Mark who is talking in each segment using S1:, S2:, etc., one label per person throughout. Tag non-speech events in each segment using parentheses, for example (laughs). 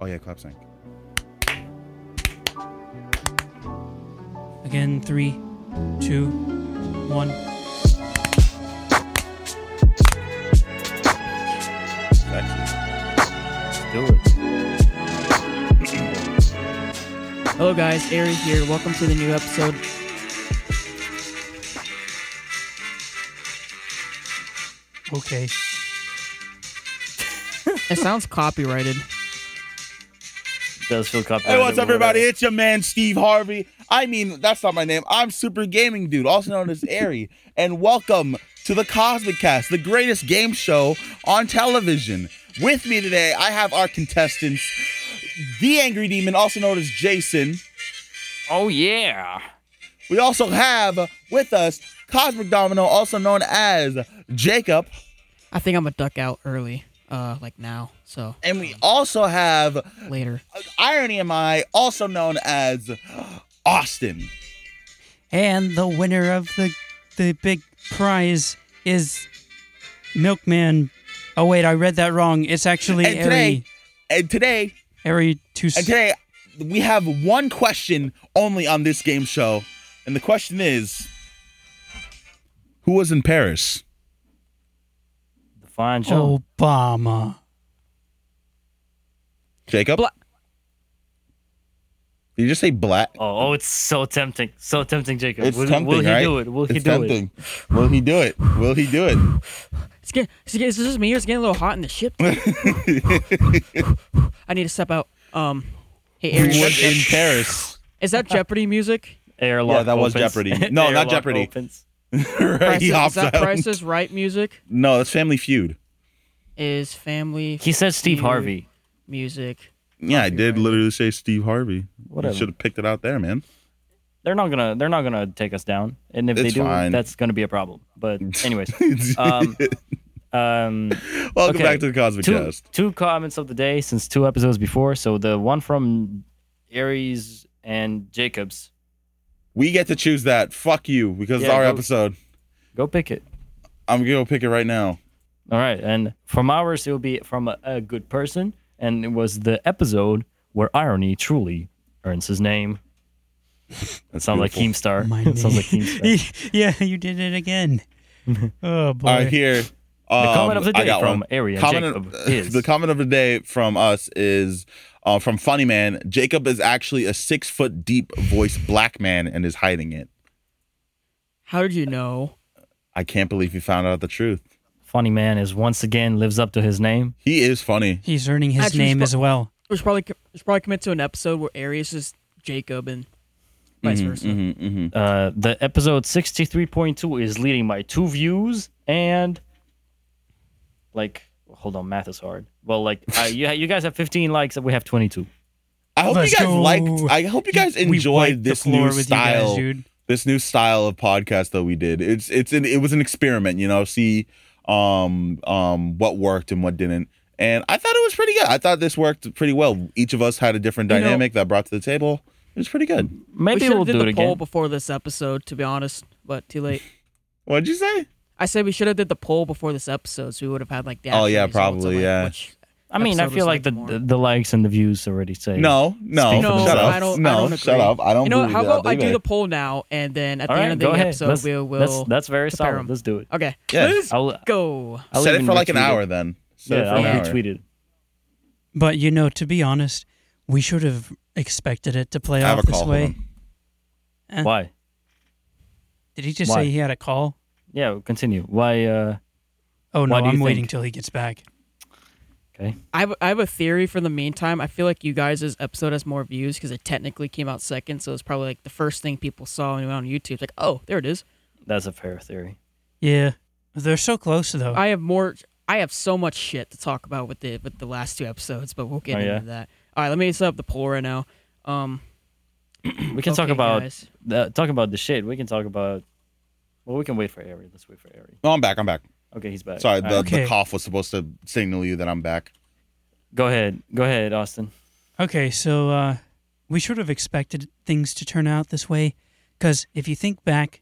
S1: Oh yeah, clap sync.
S2: Again, three, two, one.
S1: Sexy. Do it.
S2: Hello, guys. Ari here. Welcome to the new episode. (laughs)
S3: Okay.
S2: It sounds copyrighted.
S4: does feel copyrighted.
S1: Hey, what's
S4: but
S1: up, everybody?
S4: whatever.
S1: It's your man Steve Harvey. I mean, that's not my name. I'm Super Gaming Dude, also known as Airy, and welcome to the Cosmic Cast, the greatest game show on television. With me today, I have our contestants, the Angry Demon, also known as Jason.
S4: Oh yeah.
S1: We also have with us Cosmic Domino, also known as Jacob.
S2: I think I'm gonna duck out early, uh, like now. So
S1: And we also have
S2: later.
S1: Irony Am I, also known as Austin.
S3: And the winner of the the big prize is Milkman. Oh wait, I read that wrong. It's actually
S1: And today,
S3: Airy
S1: and today,
S3: Airy two.
S1: and today, we have one question only on this game show. And the question is Who was in Paris?
S4: The fine
S1: Oh.
S4: show.
S3: Obama.
S1: Jacob?
S2: Bla-
S1: Did you just say black?
S4: Oh. oh, it's so tempting. So tempting, Jacob.
S1: It's
S4: will,
S1: tempting,
S4: will he
S1: right?
S4: do it? Will he
S1: it's
S4: do
S1: tempting. Will he do it? Will he do it?
S2: It's getting. It's getting, is this just me or it's getting a little hot in
S1: (laughs)
S2: the ship? I need to step out. Um, hey,
S1: Who
S2: Ari. is
S1: was
S2: that-
S1: in Paris?
S2: Is that Jeopardy music?
S4: it? Airlock.
S1: Yeah, that was
S4: opens. (laughs)
S1: Jeopardy. No, not
S4: Airlock
S1: Jeopardy.
S4: Opens.
S1: (laughs) right, (laughs) he
S2: Price-
S1: hops
S2: is that
S1: out.
S2: Price is Right music?
S1: No, that's Family Feud.
S2: Is Family
S4: He said Steve
S1: Mm-hmm.
S2: Feud
S4: Harvey.
S2: music?
S1: Yeah, I did literally say Steve Harvey.
S4: Whatever.
S1: Should have picked it out there, man. (laughs)
S4: They're not gonna. They're not gonna take us down. And if they
S1: It's
S4: do,
S1: fine.
S4: that's gonna be a problem.
S1: (laughs)
S4: But anyways, um, um,
S1: Welcome
S4: okay.
S1: back to the Cosmic
S4: two,
S1: Cast.
S4: two comments of the day since two episodes before. So the one from Aries and Jacobs.
S1: We get to choose that. Fuck you, because it's
S4: Yeah,
S1: our
S4: go-
S1: episode.
S4: Go pick it.
S1: I'm gonna go pick it right now.
S4: All right, and from ours it will be from a, a good person, and it was the episode where irony truly earns his name. That sounds like Keemstar.
S3: My
S4: It sounds like
S3: name.
S4: Keemstar.
S3: yeah, (laughs) you did it again. oh boy.
S1: All right, here. Um,
S4: comment of the
S1: I
S4: day
S1: got
S4: from
S1: one.
S4: Ari and
S1: Comment
S4: Jacob
S1: of- (laughs)
S4: is-
S1: the comment of the day from us is uh, from Funny Man. Jacob is actually a six foot deep voice black man and is hiding it.
S2: How did you know?
S1: I can't believe he found out the truth.
S4: Funny man is once again lives up to his name.
S1: He is funny.
S3: He's earning his
S2: Actually,
S3: name
S2: spo-
S3: as well.
S2: We should probably we should probably commit to an episode where Arius is Jacob and vice
S3: Mm-hmm,
S2: versa.
S4: Uh, the episode sixty three point two is leading by two views and like hold on, math is hard. Well, like uh, you you guys have fifteen likes, and we have twenty two.
S1: I hope
S3: Let's
S1: you guys
S3: go.
S1: liked. I hope you guys
S3: We wiped
S1: enjoyed
S3: the
S1: this
S3: floor
S1: new
S3: with you guys,
S1: style.
S3: dude.
S1: This new style of podcast that we did. It's it's an, it was an experiment, you know. See, um, um, what worked and what didn't. And I thought it was pretty good. I thought this worked pretty well. Each of us had a different
S2: You know-
S1: dynamic that brought to the table. It was pretty good.
S2: we
S4: Maybe
S2: should
S4: we'll
S2: have did
S4: do
S2: the
S4: it
S2: poll
S4: again.
S2: before this episode, to be honest, but too late.
S1: What'd you say?
S2: I said we should have did the poll before this episode, so we would have had like the.
S1: Oh,
S2: actual
S1: yeah,
S2: results of,
S1: probably,
S2: like,
S1: yeah.
S2: which
S4: I mean, I
S2: episode
S4: feel
S2: was
S4: like the,
S2: liked more.
S4: the the likes and the views already say
S1: No, no,
S4: Speak for
S1: shut up.
S4: themselves.
S2: I don't,
S1: no,
S2: I don't
S1: shut
S2: agree.
S1: up. I don't.
S2: You know what,
S1: believe
S2: how
S1: that
S2: about I do
S1: either.
S2: the poll now, and then at
S4: All
S2: the
S4: right,
S2: end of
S4: go
S2: the
S4: ahead.
S2: episode,
S4: Let's-
S2: we will.
S4: that's, that's very
S2: compare
S4: solid.
S2: 'em.
S4: Let's do it.
S2: okay,
S1: Yeah.
S2: let's
S4: I'll,
S2: go.
S4: I'll
S1: Set it
S4: even
S1: for like an
S4: retweet
S1: hour
S4: It.
S1: then. Set it
S4: Yeah,
S1: for
S4: I'll
S1: an hour.
S4: retweet it.
S3: But you know, to be honest, we should have expected it to play
S1: I have
S3: off
S1: a call.
S3: this
S1: Hold
S3: way.
S1: on.
S3: Eh.
S4: Why?
S3: Did he just
S4: Why?
S3: say he had a call?
S4: Yeah, continue. Why? Uh,
S3: Oh no,
S4: Why do you
S3: I'm waiting
S4: think?
S3: till he gets back.
S4: okay.
S2: I have, I have a theory for the meantime. I feel like you guys' episode has more views because it technically came out second, so it's probably like the first thing people saw when it went on YouTube. It's like, oh, there it is.
S4: That's a fair theory.
S3: Yeah, they're so close though.
S2: I have more. I have so much shit to talk about with the with the last two episodes, but we'll get
S4: Oh,
S2: into
S4: yeah?
S2: that. All right, let me set up the poll right now. Um,
S4: We can talk
S2: Okay,
S4: about
S2: guys.
S4: the, talk about the shit. We can talk about. Well, we can wait for Ari. Let's wait for Ari.
S1: No, I'm back. I'm back.
S4: Okay, he's back.
S1: Sorry,
S4: All
S1: the,
S4: right.
S3: Okay.
S1: the cough was supposed to signal you that I'm back.
S4: Go ahead. Go ahead, Austin.
S3: Okay, so uh, we should have expected things to turn out this way, because if you think back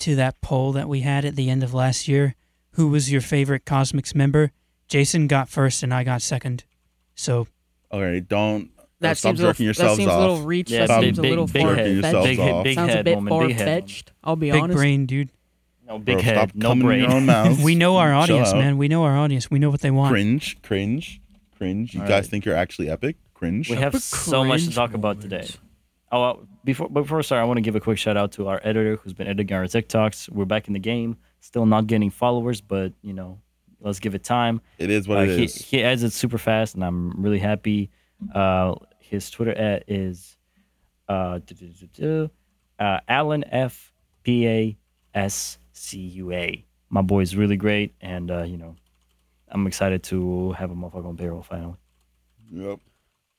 S3: to that poll that we had at the end of last year, who was your favorite Cosmics member? Jason got first, and I got second. So
S1: All right, don't uh,
S2: That
S1: stop
S2: seems a
S1: jerking
S2: little, that
S1: yourselves
S2: seems a
S1: off.
S2: little reach.
S4: Yeah,
S2: that
S1: big-
S2: seems a
S1: big-
S2: little
S1: big
S2: far
S1: head. Big
S2: fetched.
S1: head-
S4: big
S2: Sounds a
S4: head
S2: bit
S4: moment,
S2: far
S4: big head
S2: fetched. I'll be
S3: Big
S2: honest.
S3: brain, dude.
S4: No big
S1: Bro,
S4: head,
S1: stop
S4: no
S1: coming in
S4: brain.
S1: your
S4: (laughs)
S1: own
S4: Oh.
S1: mouth.
S3: We know our
S1: Chill
S3: audience,
S1: out.
S3: man. We know our audience. We know what they want.
S1: Cringe, cringe, cringe. You
S4: All
S1: guys
S4: right.
S1: think you're actually epic? Cringe.
S4: We have so much to talk about today. Oh, uh, before before we start, I want to give a quick shout out to our editor who's been editing our TikToks. We're back in the game, still not getting followers, but you know, let's give it time.
S1: it is what
S4: Uh,
S1: it
S4: he,
S1: is.
S4: he adds it super fast, and I'm really happy. Uh, his Twitter at is uh, duh, duh, duh, duh, duh, uh, Alan F P A S C U A. My boy is really great, and uh, you know, I'm excited to have a motherfucker on payroll finally.
S1: Yep.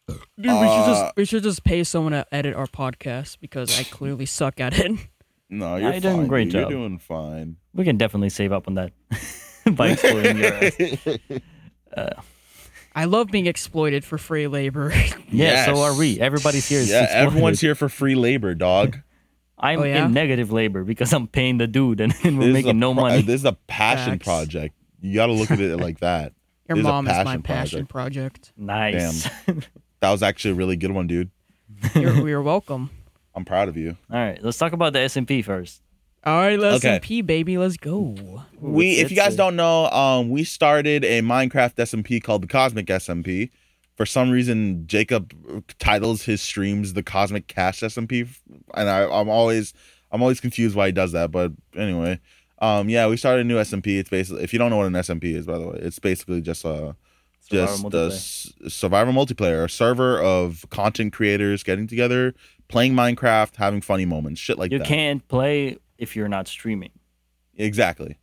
S2: Dude, we should
S1: Uh,
S2: just we should just pay someone to edit our podcast because I clearly suck at it. (laughs)
S1: No, you're
S4: you're doing
S1: fine,
S4: great
S1: dude.
S4: job.
S1: You're doing fine.
S4: We can definitely save up on that (laughs) by exploiting
S1: (laughs)
S4: your ass.
S2: I love being exploited for free labor. (laughs)
S4: Yeah, so are
S1: Yes.
S4: we. Everybody's here.
S1: yeah, everyone's here for free labor, dog.
S4: I'm
S2: Oh, yeah?
S4: in negative labor because I'm paying the dude and, and (laughs) we're
S1: This is a
S4: making no
S1: pro-
S4: money.
S1: This is a passion
S2: Facts.
S1: project. You got to look at it like that.
S2: (laughs) Your
S1: This is a
S2: mom is my
S1: passion
S2: passion project.
S4: (laughs) nice.
S1: That was actually a really good one, dude.
S2: You're, you're welcome.
S1: I'm proud of you.
S4: (laughs) All right, let's talk about the S&P first.
S2: All right, let's
S1: Okay.
S2: MP, baby. Let's go.
S1: we
S4: it's-
S1: if you guys
S4: it's a-
S1: don't know um we started a minecraft smp called the cosmic smp for some reason jacob titles his streams the cosmic cash smp and I, i'm always i'm always confused why he does that but anyway um yeah we started a new smp it's basically if you don't know what an smp is by the way it's basically just a just
S4: Survival
S1: the
S4: multiplayer.
S1: s- survivor multiplayer, a server of content creators getting together, playing Minecraft, having funny moments, shit like
S4: you
S1: that.
S4: can't play if you're not streaming.
S1: Exactly.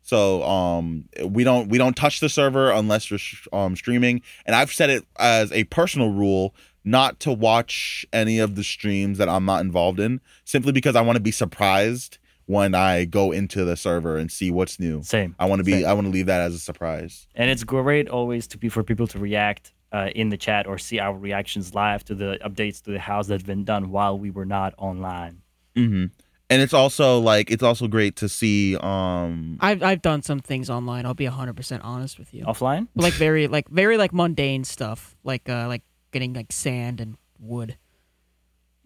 S1: So um, we don't we don't touch the server unless you're sh- um, streaming. And I've set it as a personal rule not to watch any of the streams that I'm not involved in, simply because I want to be surprised when I go into the server and see what's new.
S4: Same.
S1: I want to be
S4: Same.
S1: I want to leave that as a surprise.
S4: And it's great always to be for people to react uh, in the chat or see our reactions live to the updates to the house that's been done while we were not online.
S1: Mm-hmm. And it's also like it's also great to see. Um,
S2: I've I've done some things online. I'll be hundred percent honest with you.
S4: Offline?
S2: Like very like very like mundane stuff. Like uh like getting like sand and wood.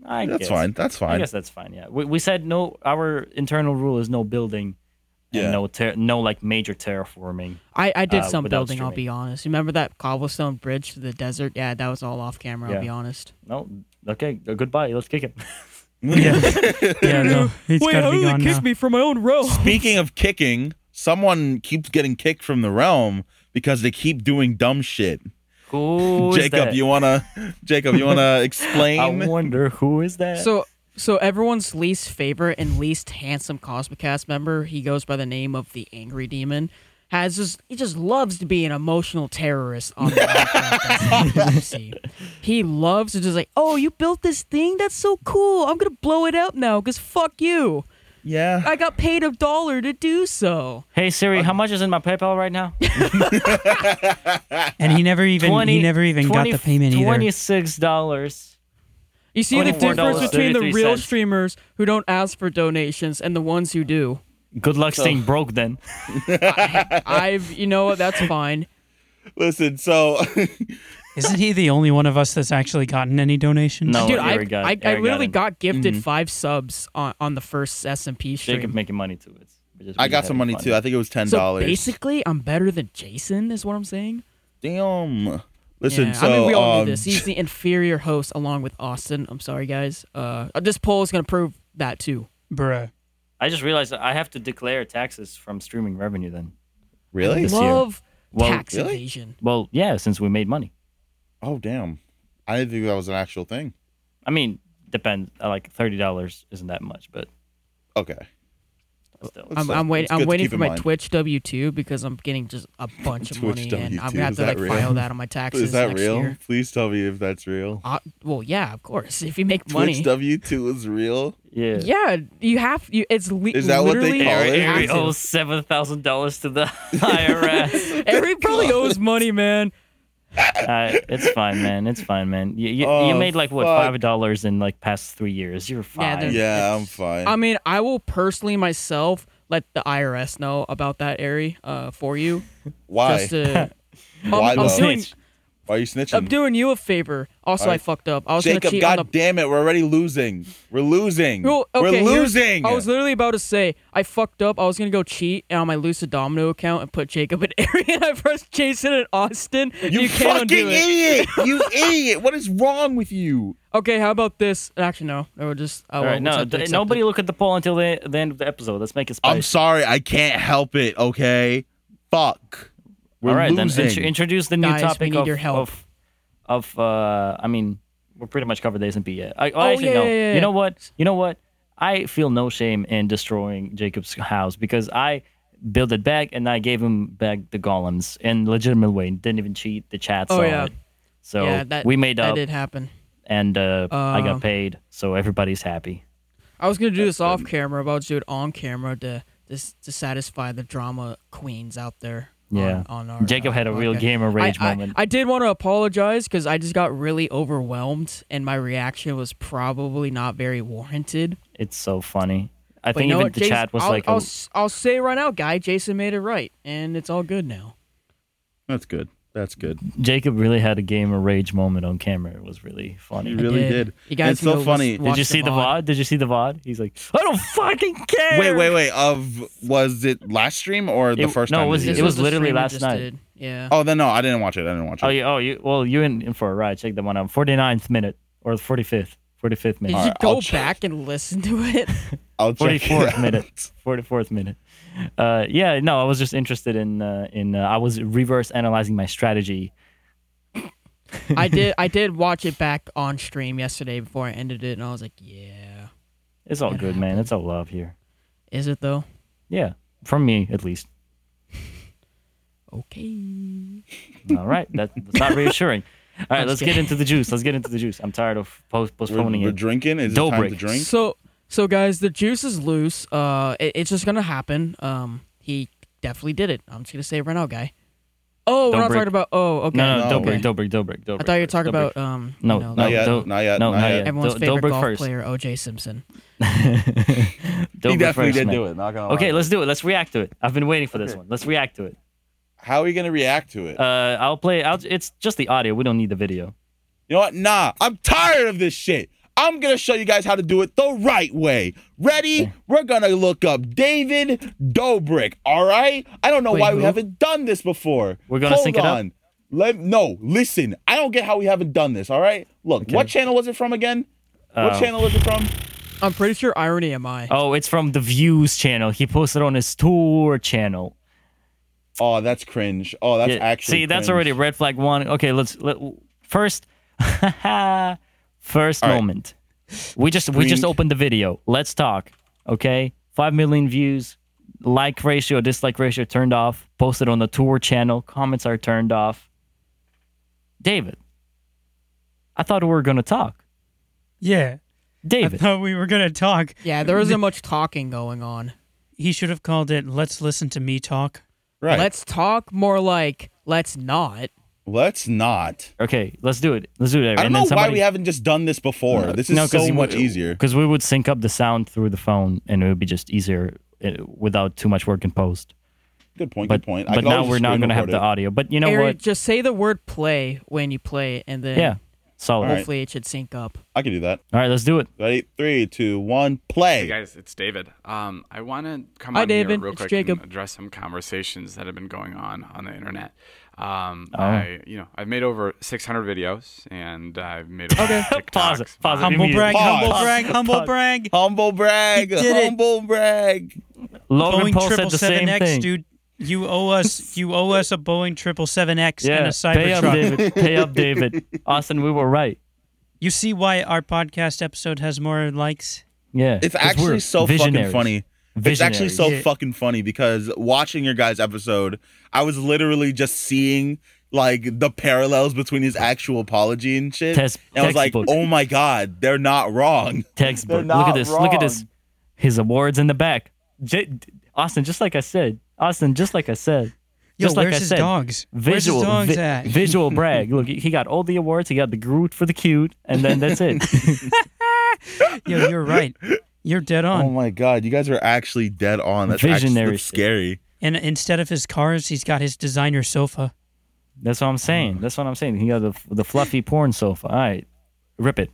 S4: I
S1: that's
S4: guess.
S1: fine. That's
S4: I
S1: fine.
S4: guess that's fine. Yeah, we, we said no. Our internal rule is no building, and
S1: Yeah.
S4: no ter- no like major terraforming.
S2: I, I did
S4: Uh,
S2: some
S4: without
S2: building, I'll
S4: streaming.
S2: be honest. Remember that cobblestone bridge to the desert? Yeah, that was all off camera,
S4: Yeah.
S2: I'll be honest.
S4: No, okay, uh, goodbye.
S1: (laughs)
S4: Let's kick it. (laughs)
S3: Yeah, no, it's gotta be gone now.
S2: me from my own row?
S1: Speaking of kicking, someone keeps getting kicked from the realm because they keep doing dumb shit.
S4: Who is
S1: Jacob,
S4: that?
S1: you wanna Jacob, you
S2: (laughs)
S1: wanna (laughs)
S4: I
S1: explain?
S4: wonder who is that.
S2: So so everyone's least favorite and least handsome Cosmicast member, he goes by the name of the Angry Demon. Has just he just loves to be an emotional terrorist on the Minecraft SMPC. He loves to just like, oh, you built this thing? That's so cool. I'm gonna blow it up now, cause fuck you.
S1: yeah.
S2: I got paid a dollar to do so.
S4: hey
S3: uh,
S4: Siri, how much is in my PayPal right now?
S3: And he never even he never even got the payment
S4: Twenty
S3: either.
S4: six dollars.
S2: You see the
S4: $24.33.
S2: difference between the real
S4: $33.
S2: streamers who don't ask for donations and the ones who do.
S4: Good luck staying broke then.
S2: I've, you know what, that's fine.
S1: Listen,
S2: (laughs)
S1: so
S3: Isn't he the only one of us that's actually gotten any donations?
S4: No. Oh,
S2: Dude, I,
S4: Eric got-
S2: I, I
S4: Eric got
S2: literally
S4: him.
S2: got gifted
S1: Mm-hmm.
S2: five subs on, on the first SMP stream.
S4: Jacob making money too. It's, we're just-
S1: I
S4: we're
S1: got
S4: just
S1: some money
S4: having fun.
S1: too. I think it was ten
S2: so
S1: dollars.
S2: basically, I'm better than Jason, is what I'm saying.
S1: Damn. Listen,
S2: Yeah,
S1: so
S2: I mean, we all
S1: um,
S2: knew this. He's the inferior host along with Austin. I'm sorry, guys. Uh, this poll is going to prove that, too.
S3: Bruh.
S4: I just realized that I have to declare taxes from streaming revenue then.
S1: really?
S4: This year.
S2: Love
S4: Well,
S2: tax
S1: really?
S2: evasion.
S4: Well, yeah, since we made money.
S1: Oh damn. I didn't think that was an actual thing.
S4: I mean, depends. uh, Like thirty dollars isn't that much, but
S1: Okay.
S4: still.
S2: I'm,
S1: So
S2: I'm waiting.
S1: it's good
S2: I'm
S1: to
S2: waiting
S1: keep
S2: for
S1: in
S2: my
S1: mind.
S2: Twitch W two because I'm getting just
S1: (laughs)
S2: a bunch of
S1: Twitch
S2: money, and I'm
S1: W2,
S2: gonna have
S1: is
S2: to
S1: that
S2: like
S1: real?
S2: file that on my taxes.
S1: Is that
S2: next
S1: real?
S2: Year.
S1: Please tell me if that's real.
S2: Uh, well, yeah, of course. If you make money,
S1: Twitch W two is real.
S4: Yeah.
S2: (laughs) yeah, you have. You, it's le-
S1: Is that what they
S2: literally-
S1: call it?
S2: you have
S4: Ari
S2: to.
S4: owes seven thousand dollars to the (laughs)
S1: (laughs)
S4: IRS.
S2: Every (laughs) probably owes money, man.
S4: uh, it's fine, man. It's fine, man. You, you, you
S1: Oh,
S4: made like what
S1: fuck.
S4: five dollars in like past three years. You're
S2: Yeah,
S4: fine.
S2: they're-
S1: Yeah, I'm fine.
S2: I mean, I will personally myself let the IRS know about that, Ari, uh, for you.
S1: Why? (laughs)
S2: Just to, I'm,
S1: Why
S2: I'm
S1: though?
S2: doing,
S1: Why are you snitching?
S2: I'm doing you a favor. Also, I
S1: Alright.
S2: fucked up. I was gonna
S1: Jacob,
S2: cheat
S1: god
S2: on the.
S1: damn it, we're already losing. We're losing.
S2: Well, okay,
S1: we're
S2: here's-
S1: losing.
S2: I was literally about to say I fucked up. I was gonna go cheat on my Lucid Domino account and put Jacob and (laughs) Arian. I pressed Jason and Austin.
S1: you,
S2: can't
S1: fucking
S2: undo it.
S1: idiot!
S2: (laughs)
S1: You idiot! What is wrong with you?
S2: Okay, how about this? Actually, no. Or just oh,
S4: All
S2: well,
S4: right,
S2: we'll
S4: no,
S2: have to
S4: th-
S2: accept
S4: nobody
S2: It.
S4: look at the poll until the, the end of the episode. Let's make it spicy.
S1: I'm sorry, I can't help it. Okay, fuck. We're
S4: All right,
S1: losing.
S4: then intro- introduce the new
S2: Guys, we
S4: topic
S2: need
S4: of,
S2: your help.
S4: of of uh I mean, we're pretty much covered the S&P yet. I, oh,
S2: Oh,
S4: actually
S2: yeah,
S4: no.
S2: yeah, yeah, yeah.
S4: You know what? You know what? I feel no shame in destroying Jacob's house because I built it back and I gave him back the golems in a legitimate way. Didn't even cheat. The chat
S2: Oh,
S4: saw
S2: yeah.
S4: it. So
S2: yeah, that,
S4: we made
S2: that
S4: up
S2: did happen.
S4: and uh, I
S2: Uh,
S4: got paid, so everybody's happy.
S2: I was gonna do this off camera, but I'll do it on camera to just to satisfy the drama queens out there. on-
S4: Yeah.
S2: On, our
S4: Jacob
S2: uh,
S4: had a real
S2: podcast.
S4: gamer rage
S2: I, I-
S4: moment.
S2: I, did want to apologize because I just got really overwhelmed and my reaction was probably not very warranted.
S4: it's so funny. I
S2: But you
S4: think
S2: know
S4: even
S2: what,
S4: the
S2: Jason-
S4: chat was
S2: I'll,
S4: like,
S2: I'll,
S4: a-
S2: s- I'll say it right now, guy, Jason made it right, and it's all good now.
S1: That's good. That's good.
S4: Jacob really had a gamer rage moment on camera. It was really funny.
S1: You really
S2: did.
S1: did.
S2: You guys
S1: it's
S2: can
S1: so
S2: go
S1: funny.
S2: listen-
S4: Did
S2: watch
S4: you
S2: the
S4: see the
S2: VOD.
S4: VOD? Did you see the VOD? He's like, I don't fucking care.
S1: Wait, wait, wait. Of was it last stream or the
S4: It-
S1: first
S4: no,
S1: time?
S4: it was-
S1: that you
S4: it
S1: did
S4: was
S2: the
S4: literally
S2: stream I
S4: last
S2: just
S4: night.
S2: did. Yeah.
S1: Oh, then no, I didn't watch it. I didn't watch it.
S4: Oh, you, oh, you, well, you in, in for a ride. Check that one out. 49th minute or 45th, 45th
S2: Did
S4: minute,
S1: (laughs)
S2: you
S1: Alright,
S2: go
S1: I'll check.
S2: back and listen to it?
S1: I'll check it (laughs)
S4: 44th
S1: out.
S4: minute, 44th minute. Uh, yeah, no, I was just interested in uh, in. Uh, I was reverse analyzing my strategy.
S2: I did. I did watch it back on stream yesterday before I ended it, and I was like, "Yeah,
S4: It's all
S2: That
S4: good, man. It's all love here.
S2: is it though?
S4: Yeah, from me at least.
S2: Okay."
S4: All right, that, that's not reassuring. All right,
S2: I'm
S4: let's
S2: scared.
S4: get into the juice. Let's get into the juice. I'm tired of post-
S1: We're,
S4: postponing
S1: we're
S4: it.
S1: drinking. Is it
S4: Dough
S1: time to
S4: break.
S1: drink?
S2: So, so guys, the juice is loose. Uh, it, it's just gonna happen. Um, he definitely did it. I'm just gonna say it right now, guy. Oh,
S4: Don't
S2: we're not
S4: break.
S2: talking about. Oh, okay.
S4: No, no,
S1: No.
S4: don't
S2: okay.
S4: break, don't break, don't break, don't
S2: I
S4: break.
S2: thought you were
S4: don't
S2: talking
S4: break.
S2: about um.
S4: No,
S2: you know,
S4: no,
S1: Not yet,
S4: don't-
S1: not yet,
S4: No,
S1: not
S4: not
S1: yet.
S4: yet.
S2: everyone's
S4: Don't- don't
S2: favorite
S4: break
S2: golf
S4: first. (laughs)
S2: player, OJ Simpson.
S4: Don't
S1: he
S4: break
S1: definitely
S4: first,
S1: did
S4: man.
S1: do it. Not gonna
S4: Okay,
S1: lie.
S4: let's do it. Let's react to it. I've been waiting for this one. Let's react to it.
S1: How are you gonna react to it?
S4: Uh, I'll play. I'll, it's just the audio. We don't need the video.
S1: You know what? Nah, I'm tired of this shit. I'm gonna show you guys how to do it the right way. Ready? We're gonna look up David Dobrik. All right. I don't know
S2: Wait,
S1: why we
S2: who?
S1: haven't done this before.
S4: We're gonna
S1: Hold
S4: sync it up?
S1: on. Let no. Listen, I don't get how we haven't done this. All right. Look, what channel was it from again?
S4: Uh,
S1: what channel was it from?
S2: I'm pretty sure irony am I.
S4: Oh, it's from the Views channel. He posted on his tour channel.
S1: Oh, that's cringe. Oh, that's
S4: Yeah.
S1: actually.
S4: See, that's
S1: cringe.
S4: already red flag one. Okay, let's let, first. (laughs) first
S1: All right.
S4: moment. We just we just
S1: Drink.
S4: opened the video. Let's talk. Okay, five million views. Like ratio, dislike ratio turned off. Posted on the tour channel. Comments are turned off. David, I thought we were gonna talk.
S3: Yeah. I
S4: David,
S3: thought we were gonna talk.
S2: Yeah, there
S4: (laughs)
S2: isn't much talking going on.
S3: He should have called it "Let's listen to me talk."
S1: right. Let's,
S2: Let's talk more like let's not.
S1: not.
S4: okay, let's do it. Let's do it.
S1: I don't
S4: and
S1: know
S4: then somebody,
S1: why we haven't just done this before. this is so much easier.
S4: Because we would sync up the sound through the phone, and it would be just easier uh, without too much work in post.
S1: Good point.
S4: But
S1: good point. I
S4: but
S1: could always
S4: now
S1: just
S4: we're not
S1: screen
S4: gonna have
S1: record
S4: the
S1: it.
S4: audio. But you know
S2: Aaron,
S4: what?
S2: just say the word play when you play it, and then
S4: Yeah, solid.
S1: All right.
S2: hopefully it should sync up.
S1: I can do that.
S4: All right, let's do it.
S1: Ready? Three, two, one, play.
S5: Hey guys, it's David. Um, I want to come
S2: Hi,
S5: on here
S2: David.
S5: real
S2: It's
S5: quick
S2: Jacob.
S5: and address some conversations that have been going on on the internet. Um,
S4: Oh.
S5: I, you know, I've made over 600 videos and I've made over TikToks.
S4: Pause it, pause it.
S5: Vines.
S3: Humble brag.
S1: Pause.
S3: Humble
S1: Pause.
S3: brag. Humble
S4: Pause.
S3: brag.
S1: Humble brag.
S3: He did it.
S1: Humble brag.
S4: Logan
S3: Boeing
S4: Paul said
S3: triple
S4: the same
S3: seven X,
S4: thing.
S3: dude. You owe us. You owe us a Boeing triple seven X
S4: Yeah,
S3: and a
S4: pay up,
S1: (laughs)
S3: Cybertruck.
S4: David. Pay up, David. Austin, we were right.
S3: You see why our podcast episode has more likes?
S4: Yeah,
S1: It's
S4: 'cause we're
S1: actually so fucking
S4: visionaries.
S1: funny. It's actually
S4: Visionaries.
S1: so
S3: Yeah.
S1: fucking funny because watching your guys' episode, I was literally just seeing like the parallels between his actual apology and shit.
S4: Test-
S1: and I was like,
S4: textbook.
S1: oh my God, they're not wrong.
S4: textbook.
S1: They're
S4: Look
S1: not
S4: at this. Look at this. His awards in the back. J- Austin, just like I said. Austin, just like I said.
S3: Yo,
S4: Just like
S3: where's
S4: I
S3: his
S4: said.
S3: dogs?
S4: Visual,
S3: where's his dogs
S4: vi-
S3: at? (laughs)
S4: visual brag. Look, he got all the awards. He got the Groot for the cute, and then that's
S3: (laughs)
S4: it.
S3: Yo, you're right. You're
S4: (laughs)
S3: dead on.
S1: Oh my God, you guys are actually dead on. That's
S4: Visionary
S1: actually
S4: shit.
S1: scary.
S3: And instead of his cars, he's got his designer sofa.
S4: That's what I'm saying. That's what I'm saying. He got the the fluffy porn sofa. All right, rip it.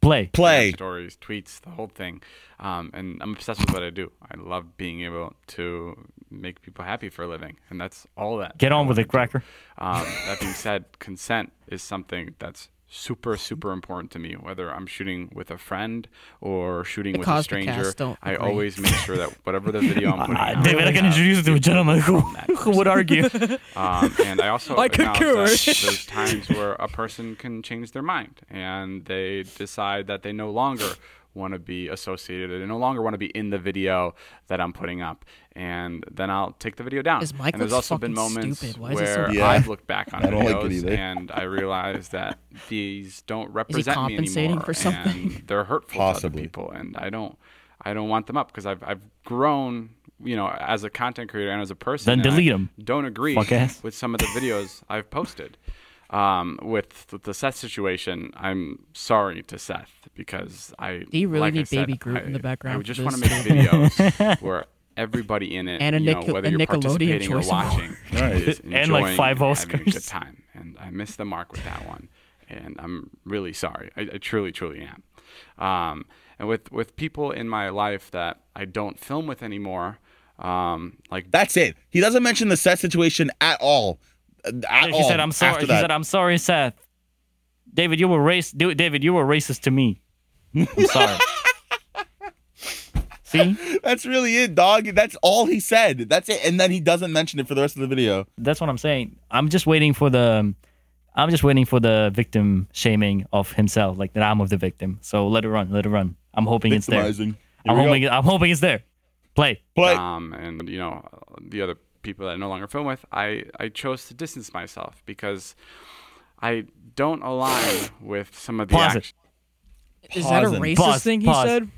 S4: Play.
S1: Play.
S5: stories, tweets, the whole thing. Um, and I'm obsessed with what I do. I love being able to make people happy for a living, and that's all that.
S4: Get
S5: I
S4: on with
S5: wanna
S4: it, cracker.
S5: do. Um, that being said, consent is something that's super, super important to me. Whether I'm shooting with a friend or shooting with a
S2: Cosby
S5: stranger,
S2: cast don't
S5: I
S2: agree.
S5: always make sure that whatever the video I'm putting
S4: Uh,
S5: out,
S4: David, I can
S5: have
S4: introduce you to a gentleman who,
S5: from that
S4: (laughs) who would argue.
S5: um, and
S2: (laughs)
S5: I also
S2: I
S5: acknowledge
S2: concur.
S5: that (laughs) there's times where a person can change their mind and they decide that they no longer want to be associated. They no longer want to be in the video that I'm putting up, and then I'll take the video down.
S2: This mic
S5: and there's
S2: looks
S5: also been
S2: fucking
S5: moments
S2: stupid. Why is it so
S5: where
S1: big? Yeah.
S5: I've looked back on
S1: I don't like it
S5: videos
S1: either.
S5: and I realize that these
S2: (laughs)
S5: don't represent me
S2: compensating
S5: anymore,
S2: for something?
S5: and they're hurtful to other
S1: Possibly.
S5: people, and I don't. I don't want them up because I've, I've grown, you know, as a content creator and as a person.
S4: Then
S5: and I
S4: delete 'em.
S5: Don't agree
S4: Fuck ass.
S5: with some of the
S4: (laughs)
S5: videos I've posted. Um, with th- the Seth situation, I'm sorry to Seth because I. Do
S2: you really
S5: like I
S2: need
S5: said,
S2: Baby Groot
S5: I,
S2: in the background
S5: I
S2: for
S5: would just
S2: this?
S5: want to make
S2: (laughs)
S5: videos where everybody in it,
S2: And a
S5: you
S2: Nic-
S5: know, whether
S2: a
S5: you're
S2: Nickelodeon
S5: participating or
S2: Choice
S5: watching,
S1: Award.
S4: Right.
S5: is
S4: And, like,
S5: enjoying
S4: five
S5: having a good
S4: Oscars.
S5: time. And I missed the mark with that one, and I'm really sorry. I, I truly, truly am. Um, and with with people in my life that I don't film with anymore, um, like
S1: That's it. He doesn't mention the set situation at all. Uh, At
S4: He
S1: all.
S4: said, "I'm sorry."
S1: After
S4: He
S1: that.
S4: said, "I'm sorry, Seth." David, you were racist. Dude, David, you were racist to me. I'm sorry. See,
S1: That's really it, dog. That's all he said. That's it. And then he doesn't mention it for the rest of the video.
S4: that's what I'm saying. I'm just waiting for the, I'm just waiting for the victim shaming of himself, like that I'm of the victim. So let it run, let it run. I'm hoping it's there.
S1: Victimizing. Here
S4: I'm
S1: we go.
S4: hoping, I'm hoping it's there. Play.
S1: Play.
S5: um, and you know the other people that I no longer film with, I I chose to distance myself because I don't align with some of the
S4: Pause it.
S5: action.
S2: Is that a
S1: Pause and-
S2: racist
S4: pause,
S2: thing he
S4: pause.
S2: said?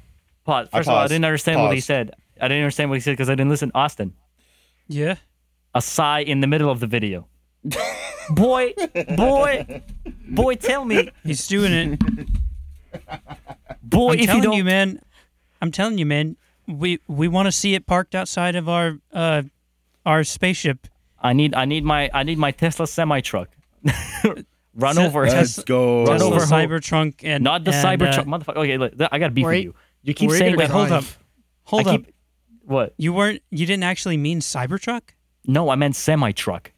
S4: Pause.
S1: I
S4: First of all, I
S1: paused.
S4: didn't understand what he
S1: Paused.
S4: said. I didn't understand what he said because I didn't listen. Austin,
S3: Yeah.
S4: a sigh in the middle of
S1: (laughs)
S4: the video. boy, boy, boy, tell me,
S3: He's
S4: (laughs)
S3: doing it.
S4: boy,
S3: I'm
S4: if you
S3: telling
S4: don't,
S3: you, man. I'm telling you, man. We we want to see it parked outside of our uh our spaceship.
S4: I need, I need my, I need my Tesla semi truck. (laughs) Run
S3: Te-
S4: over,
S3: Tes-
S1: Let's go.
S4: Run
S3: Tesla
S4: over-
S3: Cybertrunk and
S4: Not the
S3: and,
S4: cyber
S3: uh,
S4: truck, motherfucker. Okay, look, th- I got beef
S2: Wait.
S4: with you. You keep
S2: Wait,
S4: saying
S2: wait,
S4: that.
S3: Hold up.
S2: Drive.
S3: Hold
S4: I
S3: up.
S4: keep- What?
S3: You weren't. You didn't actually mean Cybertruck.
S4: No, I meant semi truck.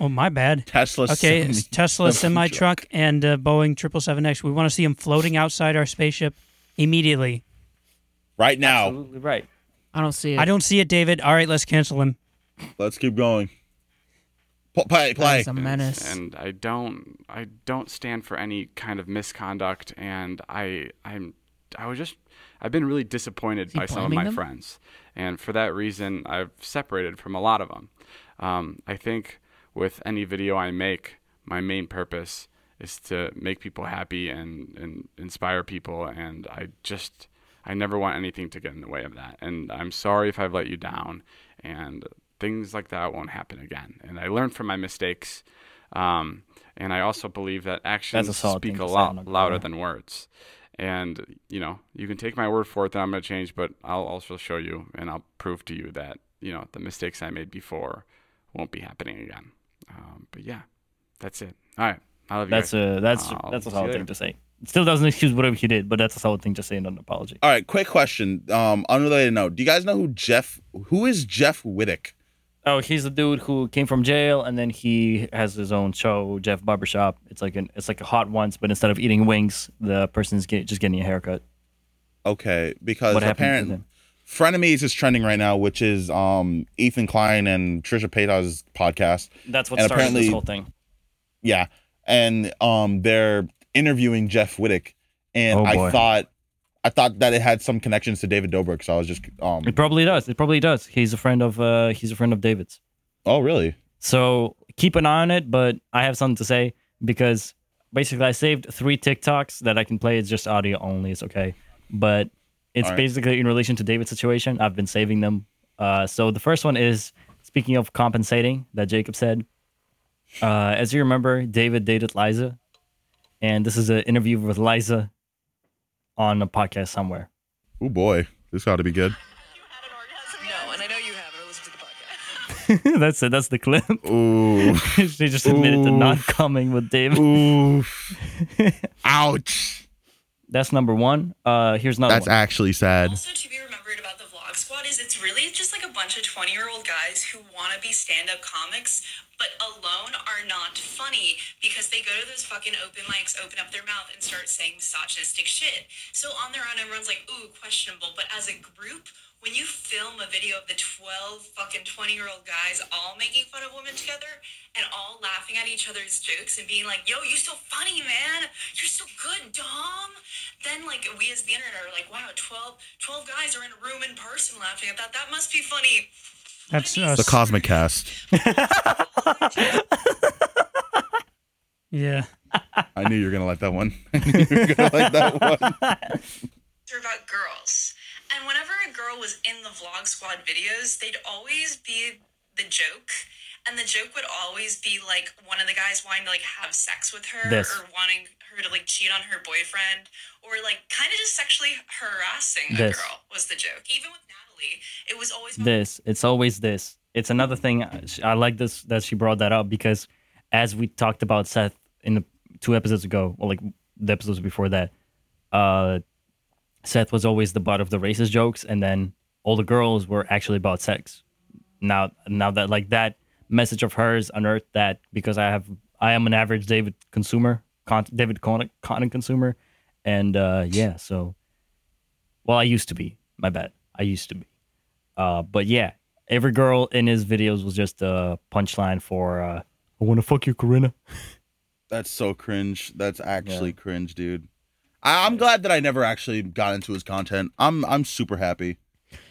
S3: Oh, my bad.
S1: Tesla.
S3: Okay,
S1: semi-
S3: it's Tesla semi truck and uh, Boeing 777X. We want to see them floating outside our spaceship immediately.
S1: Right now.
S4: Absolutely right.
S2: I don't see it.
S3: I don't see it, David. All right, let's cancel him.
S1: Let's keep going. P- Play.
S2: That
S1: Play.
S2: is a menace.
S5: and I don't I don't stand for any kind of misconduct and I I'm I was just I've been really disappointed
S2: he
S5: by some of
S2: blaming
S5: my
S2: them?
S5: friends and for that reason I've separated from a lot of them. Um, I think with any video I make, my main purpose is to make people happy and, and inspire people and I just I never want anything to get in the way of that. And I'm sorry if I've let you down and things like that won't happen again. And I learned from my mistakes. Um, and I also believe that actions
S4: solid
S5: speak
S4: thing
S5: a
S4: to say, I'm
S5: lot
S4: not
S5: louder
S4: gonna-
S5: than words. And you know, you can take my word for it that I'm going to change, but I'll also show you and I'll prove to you that you know the mistakes I made before won't be happening again. Um, but yeah, that's it. All right, I love you.
S4: That's
S5: guys.
S4: a that's
S5: I'll
S4: that's a
S5: see you
S4: solid
S5: later.
S4: thing to say. It still doesn't excuse whatever he did, but that's a solid thing to say in an apology.
S1: All right. Quick question. Um, unrelated note. Do you guys know who Jeff? Who is Jeff Wittick?
S4: Oh, he's the dude who came from jail and then he has his own show, Jeff Barbershop. It's like an it's like a hot once, but instead of eating wings, the person's get, just getting a haircut.
S1: Okay, because
S4: What happened to
S1: apparently
S4: them?
S1: Frenemies is trending right now, which is um Ethan Klein and Trisha Paytas' podcast.
S4: That's what
S1: And
S4: started
S1: apparently-
S4: this whole thing.
S1: Yeah. And um they're interviewing Jeff Wittick. And
S4: Oh,
S1: I
S4: boy.
S1: thought I thought that it had some connections to David Dobrik, so I was just um
S4: It probably does. It probably does. He's a friend of uh he's a friend of David's.
S1: Oh really?
S4: So keep an eye on it, but I have something to say because basically I saved three TikToks that I can play. It's just audio only. It's okay. But it's
S1: All right.
S4: basically in relation to David's situation. I've been saving them. Uh, so the first one is speaking of compensating that Jacob said. Uh, as you remember, David dated Liza, and this is an interview with Liza on a podcast somewhere. (laughs)
S1: Oh boy. This ought to be good.
S6: No, and I know you have. I listened to the podcast.
S4: that's it. That's the clip. (laughs)
S1: Ooh.
S4: she just admitted to not coming with David.
S1: Ooh. (laughs) Ouch.
S4: That's number one. Uh, here's another
S1: That's
S4: one.
S1: actually sad.
S6: Also, to be remembered about the Vlog Squad is it's really just like a bunch of 20 year old guys who want to be stand up comics, but alone are not funny because they go to those fucking open mics, open up their mouth, and start saying misogynistic shit. So on their own, everyone's like, ooh, questionable. But as a group, when you film a video of the 12 fucking 20 year old guys all making fun of women together and all laughing at each other's jokes and being like, yo, you're so funny, man. You're so good, Dom. Then, like, we as the internet are like, wow, 12, 12 guys are in a room in person laughing at that. That must be funny.
S3: That's
S1: The
S3: us.
S1: Cosmic Cast.
S3: yeah.
S1: I knew you were gonna like that one. (laughs) I knew you were gonna like that one.
S6: are about girls. And whenever a girl was in the Vlog Squad videos, they'd always be the joke. And the joke would always be like one of the guys wanting to like have sex with her
S4: This.
S6: or wanting her to like cheat on her boyfriend or like kind of just sexually harassing the
S4: This.
S6: girl was the joke. Even with Natalie, it was always
S4: This. It's always this. It's another thing. I- I like this that she brought that up because, as we talked about Seth in the two episodes ago, or like the episodes before that, uh, Seth was always the butt of the racist jokes, and then all the girls were actually about sex. Now, now that like that message of hers unearthed that because I have I am an average David consumer, con- David Conan, Conan consumer, and uh, yeah, so well I used to be. My bad, I used to be. Uh, but yeah, every girl in his videos was just a punchline for uh, I want to fuck you, Corinna.
S1: That's so cringe. That's actually cringe, dude. I, I'm glad that I never actually got into his content. I'm I'm super happy.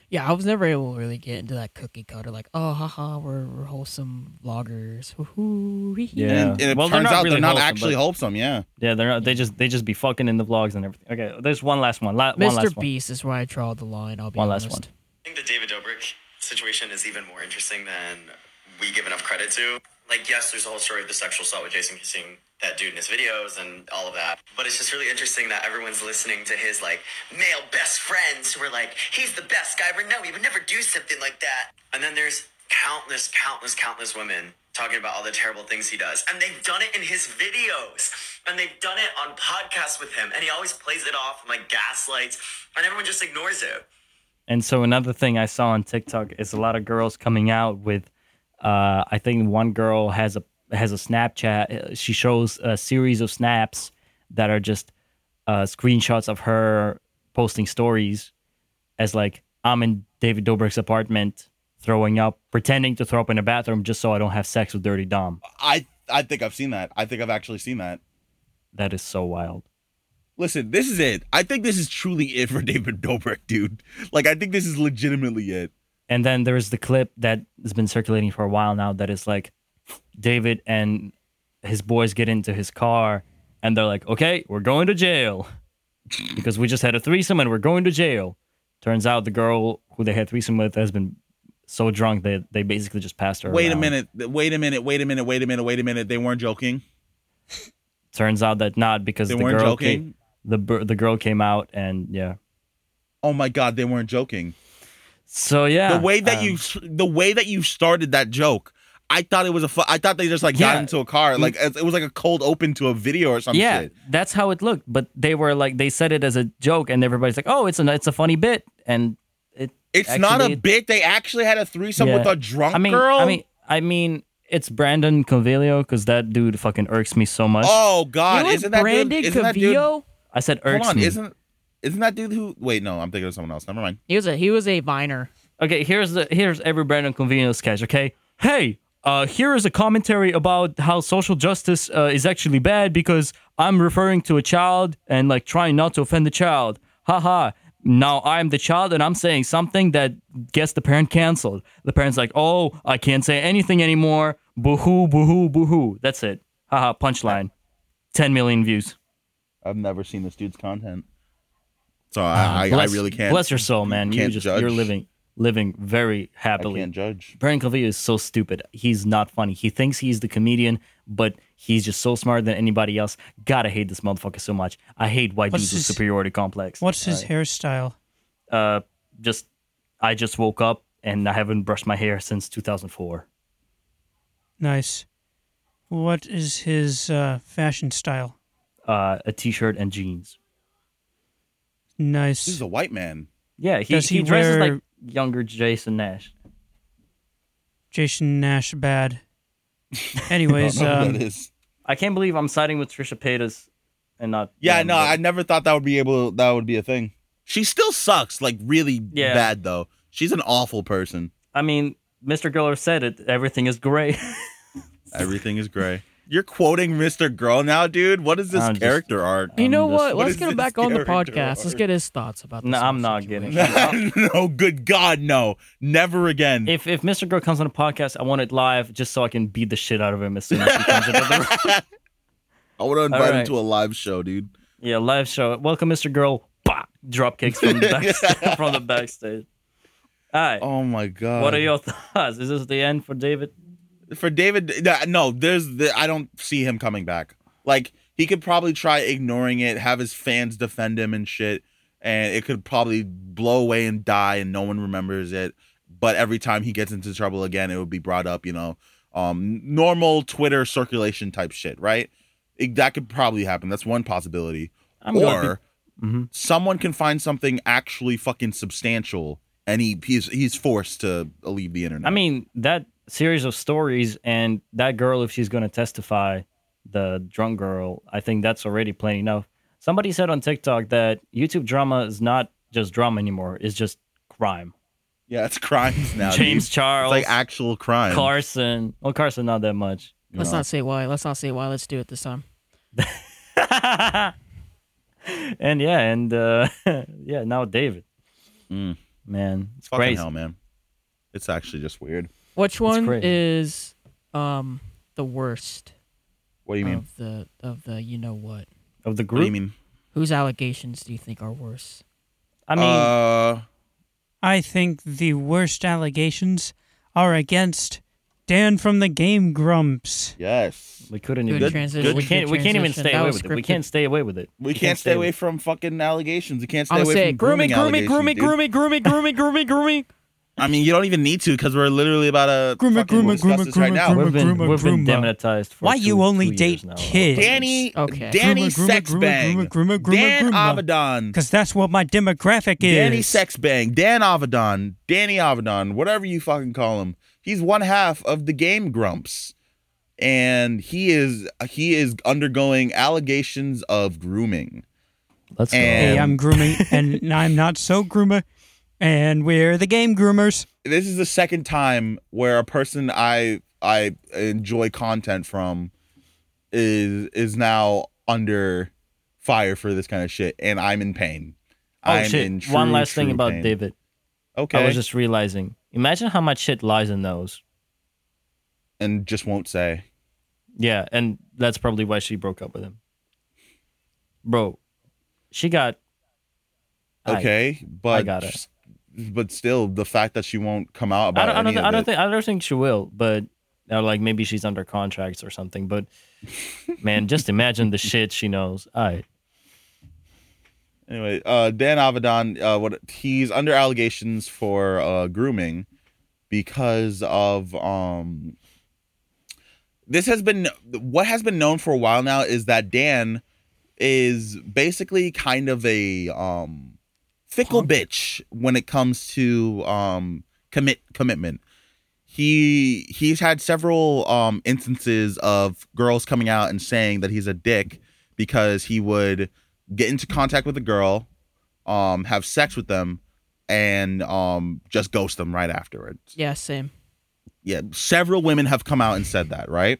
S2: Yeah, I was never able to really get into that cookie cutter, like, oh, haha, we're, we're wholesome vloggers. Woo-hoo, hee-hee.
S4: Yeah.
S1: And, and it
S4: Well, they're
S1: turns
S4: not
S1: out
S4: really
S1: they're not
S4: wholesome,
S1: actually
S4: but-
S1: wholesome. Yeah.
S4: Yeah, they're not, they just they just be fucking in the vlogs and everything. Okay, there's one last one. La- One last
S2: Mr.
S4: one.
S2: Beast is where I draw the line. I'll be
S4: One last
S2: honest.
S4: one.
S7: I think the David Dobrik situation is even more interesting than we give enough credit to. Like, yes, there's a whole story of the sexual assault with Jason kissing that dude in his videos and all of that. But it's just really interesting that everyone's listening to his, like, male best friends who are like, he's the best guy I ever know. He would never do something like that. And then there's countless, countless, countless women talking about all the terrible things he does. And they've done it in his videos. And they've done it on podcasts with him. And he always plays it off and, like, gaslights. And everyone just ignores it.
S4: And so another thing I saw on TikTok is a lot of girls coming out with. Uh, I think one girl has a has a Snapchat. Uh, She shows a series of snaps that are just uh, screenshots of her posting stories as like I'm in David Dobrik's apartment throwing up, pretending to throw up in a bathroom just so I don't have sex with Dirty Dom.
S1: I I think I've seen that. I think I've actually seen that.
S4: That is so wild.
S1: Listen, this is it. I think this is truly it for (laughs) David Dobrik, dude. Like I think this is legitimately it.
S4: And then there's the clip that has been circulating for a while now that is like David and his boys get into his car and they're like, okay, we're going to jail because we just had a threesome and we're going to jail. Turns out the girl who they had threesome with has been so drunk that they basically just passed her.
S1: Wait a
S4: around.
S1: minute. th- Wait a minute. Wait a minute. Wait a minute. Wait a minute. They weren't joking.
S4: Turns out that not because
S1: They
S4: the
S1: weren't
S4: girl
S1: joking.
S4: came, the br- the girl came out and yeah.
S1: Oh my god, they weren't joking.
S4: So yeah,
S1: the way that
S4: um,
S1: you the way that you started that joke i thought it was a fu- i thought they just like got
S4: Yeah. Mm.
S1: into a car like it it was like a cold open to a video or something
S4: yeah, that's how it looked. But they were like, they said it as a joke, and everybody's like, "Oh, it's a it's a funny bit," and it.
S1: it's not a
S4: actually-
S1: bit they actually had a threesome with
S4: Yeah.
S1: a drunk
S4: I mean,
S1: girl
S4: I mean, I mean, it's Brandon Convilio because that dude fucking irks me so much.
S1: oh god
S2: You like
S1: isn't that
S2: Brandon
S1: dude, isn't that dude
S2: Cavillo?
S4: I said
S1: hold
S4: irks
S1: on
S4: me.
S1: isn't isn't that dude who wait no i'm thinking of someone else never mind
S2: He was a he was a viner.
S4: okay, here's the here's every Brandon Convilio sketch. Okay, hey. Uh, here is a commentary about how social justice uh, is actually bad because I'm referring to a child and like trying not to offend the child. Haha. Now I'm the child and I'm saying something that gets the parent canceled. The parent's like, oh, I can't say anything anymore. Boo hoo, boo hoo, boo hoo. That's it. Haha. Punchline. 10 million views.
S1: i've never seen this dude's content so I, I,
S4: Ah, Bless-
S1: I really can't
S4: Bless your soul, man. You
S1: can't
S4: just
S1: judge.
S4: you're living living very
S1: i
S4: happily.
S1: can't judge
S4: Brandon Calvillo is so stupid. He's not funny. He thinks he's the comedian, but he's just so smarter than anybody else. Gotta hate this motherfucker so much. I hate white
S3: What's
S4: dudes with
S3: his-
S4: superiority complex.
S3: What's his hairstyle?
S4: Uh, just I just woke up and I haven't brushed my hair since 2004.
S3: Nice. What is his uh, fashion style?
S4: Uh, a t-shirt and jeans.
S1: This is
S3: Nice.
S1: a white man.
S4: Yeah, he,
S3: Does
S4: he,
S3: he
S4: dresses
S3: wear-
S4: like younger Jason Nash.
S3: Jason Nash bad.
S1: (laughs) I
S3: Anyways,
S1: don't know who
S3: um,
S1: that is.
S4: I can't believe I'm siding with Trisha Paytas and not.
S1: Yeah,
S4: them,
S1: no,
S4: but-
S1: I never thought that would be able. That would be a thing. She still sucks, like really
S4: Yeah.
S1: bad though. She's an awful person.
S4: I mean, Mr. Geller said it. Everything is great.
S1: Everything is gray. You're quoting Mr. Girl now, dude. What is this
S4: I'm just-
S1: character
S4: (laughs)
S1: art?
S2: You know
S4: I'm just-
S2: what?
S1: What
S2: Let's
S1: is
S2: get him
S1: Um, this
S2: back on the
S1: character
S2: podcast. Let's
S1: arc?
S2: get his thoughts about this.
S4: (laughs) no,
S2: whole
S4: I'm not
S2: situation.
S4: getting.
S1: (laughs)
S4: it.
S1: no, good God, no. Never again.
S4: If if Mr. Girl comes on a podcast, I want it live just so I can beat the shit out of him as soon as he comes into the
S1: (laughs)
S4: room.
S1: I want to invite him
S4: Alright.
S1: to a live show, dude.
S4: Yeah, live show. Welcome, Mr. Girl. Bah! Drop kicks
S1: (laughs)
S4: from the backstage. from the backstage. All right.
S1: Oh my God.
S4: what are your thoughts? Is this the end for David?
S1: for David? nah, No, there's. The, I don't see him coming back. Like he could probably try ignoring it, have his fans defend him and shit, and it could probably blow away and die, and no one remembers it. But every time he gets into trouble again, it would be brought up. You know, um, normal Twitter circulation type shit, right? It, that could probably happen. That's one possibility.
S4: I'm going.
S1: or
S4: to Mhm.
S1: someone can find something actually fucking substantial and he he's he's forced to leave the internet.
S4: I mean, that series of stories and that girl, if she's going to testify, the drunk girl, I think that's already plain enough. Somebody said on TikTok that YouTube drama is not just drama anymore, it's just crime.
S1: yeah, it's crimes now.
S4: James
S1: dude. It's
S4: Charles,
S1: like actual crime.
S4: Carson. Well, Carson, not that much.
S1: you
S2: Let's
S1: know?
S2: not say why. Let's not say why. Let's do it this time.
S4: and yeah, and uh, (laughs) yeah, now David.
S1: Mm.
S4: Man, it's
S1: fucking
S4: crazy.
S1: hell, man. It's actually just weird.
S2: Which one
S4: crazy.
S2: is um the worst
S1: What do you mean?
S2: of the of the you know what?
S4: Of the
S1: what do you
S4: group,
S1: mean?
S2: Whose allegations do you think are worse?
S4: I mean,
S1: uh,
S3: I think the worst allegations are against Dan from the Game Grumps.
S1: yes.
S4: we couldn't
S2: Good
S4: even.
S2: transition,
S4: we
S2: good
S4: can't. We can't even
S2: transition.
S4: stay
S2: That
S4: away
S2: was
S4: with it. We
S2: scripted.
S4: can't stay away with it.
S1: We can't stay away from fucking allegations. We can't stay
S2: I'm gonna
S1: away
S2: say
S1: from
S2: it. grooming, grooming, grooming,
S1: allegations, dude.
S2: grooming, grooming, grooming, grooming, grooming. (laughs)
S1: I mean, you don't even need to because we're literally about to
S3: Grooming,
S1: fucking
S3: grooming,
S1: discuss
S3: grooming,
S1: this right
S3: grooming,
S1: now.
S3: grooming.
S4: We've been,
S3: Groomer,
S4: we've been
S3: groomer.
S4: demonetized for
S3: Why
S4: two-
S3: you only
S4: two
S3: date
S4: years now.
S3: kids?
S1: Danny,
S2: Okay.
S1: Danny
S3: Groomer, groomer, groomer,
S1: Sexbang,
S3: groomer, groomer, groomer,
S1: Dan
S3: groomer.
S1: Avedon,
S3: Because that's what my demographic is.
S1: Danny Sexbang, Dan Avedon, Danny Avedon, whatever you fucking call him. He's one half of the Game Grumps, and he is he is undergoing allegations of grooming.
S4: Let's go.
S1: And-
S3: Hey, I'm grooming,
S1: (laughs)
S3: and I'm not so groomer, and we're the Game Groomers.
S1: This is the second time where a person I I enjoy content from is is now under fire for this kind of shit, and I'm in pain.
S4: oh
S1: I'm
S4: shit!
S1: in true,
S4: One last thing
S1: true
S4: about
S1: pain.
S4: David.
S1: Okay,
S4: I was just realizing. Imagine how much shit lies in those.
S1: and just won't say.
S4: Yeah, and that's probably why she broke up with him. Bro, she got. I-
S1: Okay, but
S4: got it.
S1: But still, the fact that she won't come out
S4: I
S1: about
S4: don't. I
S1: any
S4: don't,
S1: of
S4: I don't
S1: it-
S4: think. I don't think she will. But or like maybe she's under contracts or something. But man, just imagine the shit she knows. All right.
S1: Anyway, uh, Dan Avedon, uh, what he's under allegations for uh, grooming because of um. This has been what has been known for a while now is that Dan is basically kind of a um fickle bitch when it comes to um commit commitment. He he's had several um instances of girls coming out and saying that he's a dick because he would get into contact with a girl, um, have sex with them, and um, just ghost them right afterwards.
S2: Yeah, same.
S1: Yeah, several women have come out and said that, right?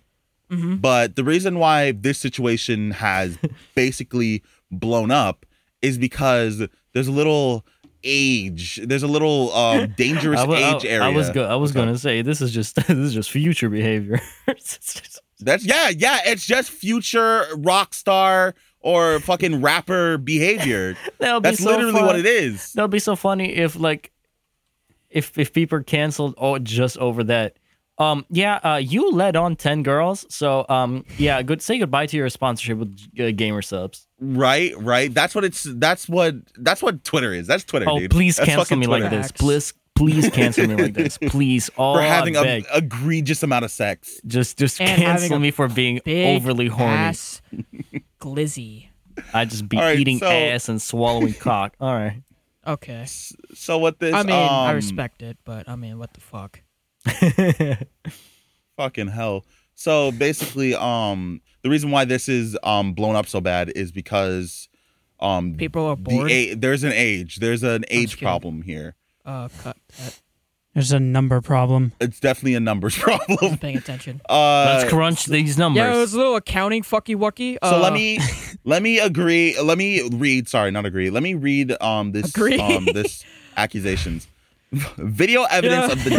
S2: Mm-hmm.
S1: But the reason why this situation
S4: (laughs)
S1: has basically blown up is because there's a little age, there's a little uh, dangerous
S4: (laughs) I, wa- I-
S1: age area.
S4: I was. Go- I was
S1: What's up?
S4: gonna say this is just. (laughs) this is just future behavior. (laughs) It's just-
S1: That's yeah, yeah. It's just future rock star or fucking rapper
S4: (laughs)
S1: behavior.
S4: That'll be
S1: That's
S4: so
S1: literally
S4: fun.
S1: what it is.
S4: That'll be so funny if like if if people are canceled oh just over that. Um yeah, uh you led on 10 girls. So um yeah, good say goodbye to your sponsorship with uh, gamer subs.
S1: Right, right. That's what it's. That's what. That's what Twitter is. That's Twitter.
S4: Oh,
S1: dude.
S4: please
S1: That's
S4: cancel
S1: fucking
S4: me like
S1: Twitter.
S4: this.
S2: Facts.
S4: Please Please cancel me
S1: (laughs)
S4: like this. Please, all
S1: for having
S4: I
S1: an
S4: beg.
S1: egregious amount of sex.
S4: just just
S2: And having
S4: cancel
S2: a
S4: me for being
S2: Big
S4: overly horny.
S2: ass glizzy.
S4: I just be
S1: All right,
S4: eating
S1: so-
S4: ass
S1: (laughs)
S4: and swallowing cock. All right.
S2: Okay.
S1: So what this?
S2: I mean, I
S1: um,
S2: respect it, but I mean, what the fuck?
S1: Fucking hell. So basically, um, the reason why this is um blown up so bad is because um
S2: People are
S1: the
S2: bored.
S1: a- there's an age, there's an age
S2: kidding.
S1: problem here.
S2: uh, cut. that.
S3: There's a number problem.
S1: It's definitely a numbers (laughs) problem.
S2: I'm paying
S1: (laughs)
S2: attention.
S1: Uh,
S4: Let's crunch these numbers.
S2: Yeah, it was a little accounting fucky wucky.
S1: so
S2: Uh,
S1: let me (laughs) let me agree. Let me read. Sorry, not agree. Let me read um this
S2: Agree.
S1: um
S2: (laughs)
S1: this accusations. Video evidence
S2: Yeah.
S1: of the.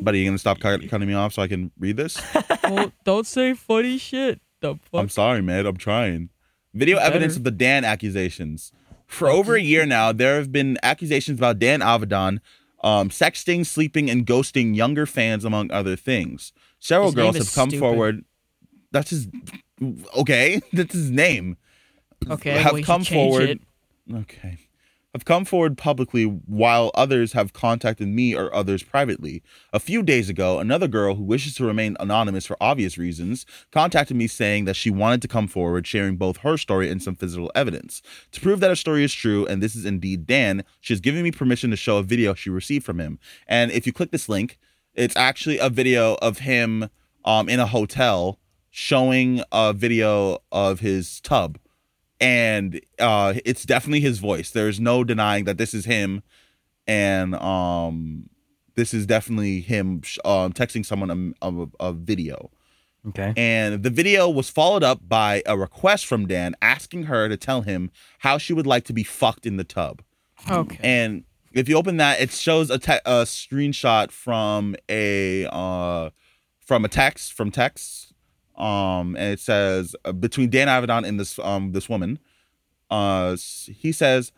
S2: (laughs)
S1: Buddy, you gonna stop cut- cutting me off so I can read this?
S2: (laughs) well, don't say funny shit. The
S1: I'm
S2: fuck?
S1: sorry, man. I'm trying. Video
S2: Better.
S1: evidence of the Dan accusations. For over a year now, there have been accusations about Dan Avadon um, sexting, sleeping, and ghosting younger fans, among other things. Several
S2: His name
S1: girls
S2: is
S1: have come
S2: stupid.
S1: forward. That's his. Okay. (laughs) That's his name.
S2: okay,
S1: have
S2: well, you should
S1: come
S2: change
S1: forward.
S2: it.
S1: Okay. Have come forward publicly while others have contacted me or others privately. A few days ago, another girl who wishes to remain anonymous for obvious reasons contacted me saying that she wanted to come forward, sharing both her story and some physical evidence. To prove that her story is true and this is indeed Dan, she has given me permission to show a video she received from him. And if you click this link, it's actually a video of him um, in a hotel showing a video of his tub and uh it's definitely his voice there's no denying that this is him and um this is definitely him sh- um texting someone a, a, a video
S4: okay.
S1: and the video was followed up by a request from dan asking her to tell him how she would like to be fucked in the tub
S2: Okay.
S1: (laughs) and if you open that, it shows a, te- a screenshot from a uh, from a text from text, um, and it says uh, between Dan Avedon and this um this woman, uh, s- he says,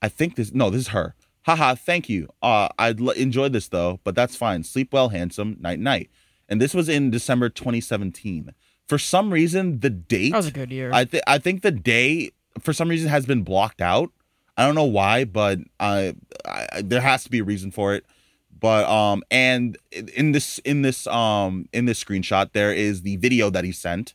S1: I think this no, this is her. Haha, thank you. Uh, I l- enjoyed this though, but that's fine. Sleep well, handsome. Night night. And this was in December 2017. For some reason, the date
S2: That was a good year.
S1: I think I think the day for some reason has been blocked out. I don't know why, but I, I I- there has to be a reason for it. But um and in this in this um in this screenshot there is the video that he sent.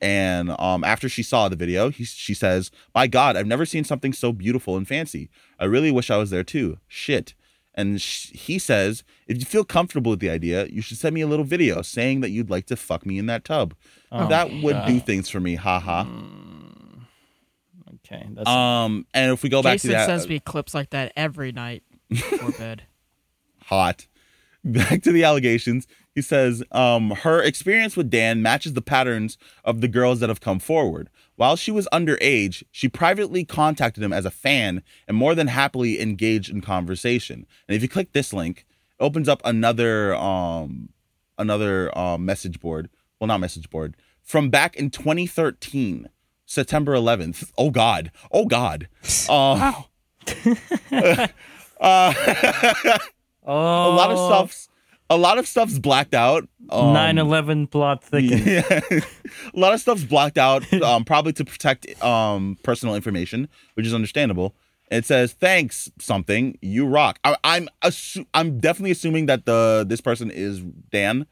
S1: And um after she saw the video, he, she says, "My god, I've never seen something so beautiful and fancy. I really wish I was there too. Shit." And sh- he says, "If you feel comfortable with the idea, you should send me a little video saying that you'd like to fuck me in that tub. that would do things for me. Haha."
S4: Okay. That's
S1: Um, and if we go back to
S2: Jason
S1: that uh,
S2: sends me clips like that every
S1: (laughs)
S2: night before bed.
S1: hot, (laughs) back to the allegations. He says um, her experience with Dan matches the patterns of the girls that have come forward. While she was underage, she privately contacted him as a fan and more than happily engaged in conversation. And if you click this link, it opens up another um, another um, message board. Well, not message board from back in 2013, September 11th. Oh God! Oh God! Uh,
S4: oh,
S1: a lot of stuff's a lot of stuff's blacked out. Um, (laughs)
S4: 9/11 plot thickens.
S1: yeah. a lot of stuff's blacked
S4: (laughs)
S1: out, um, probably to protect um, personal information, which is understandable. It says thanks something you rock. I, I'm assu- I'm definitely assuming that the this person is Dan.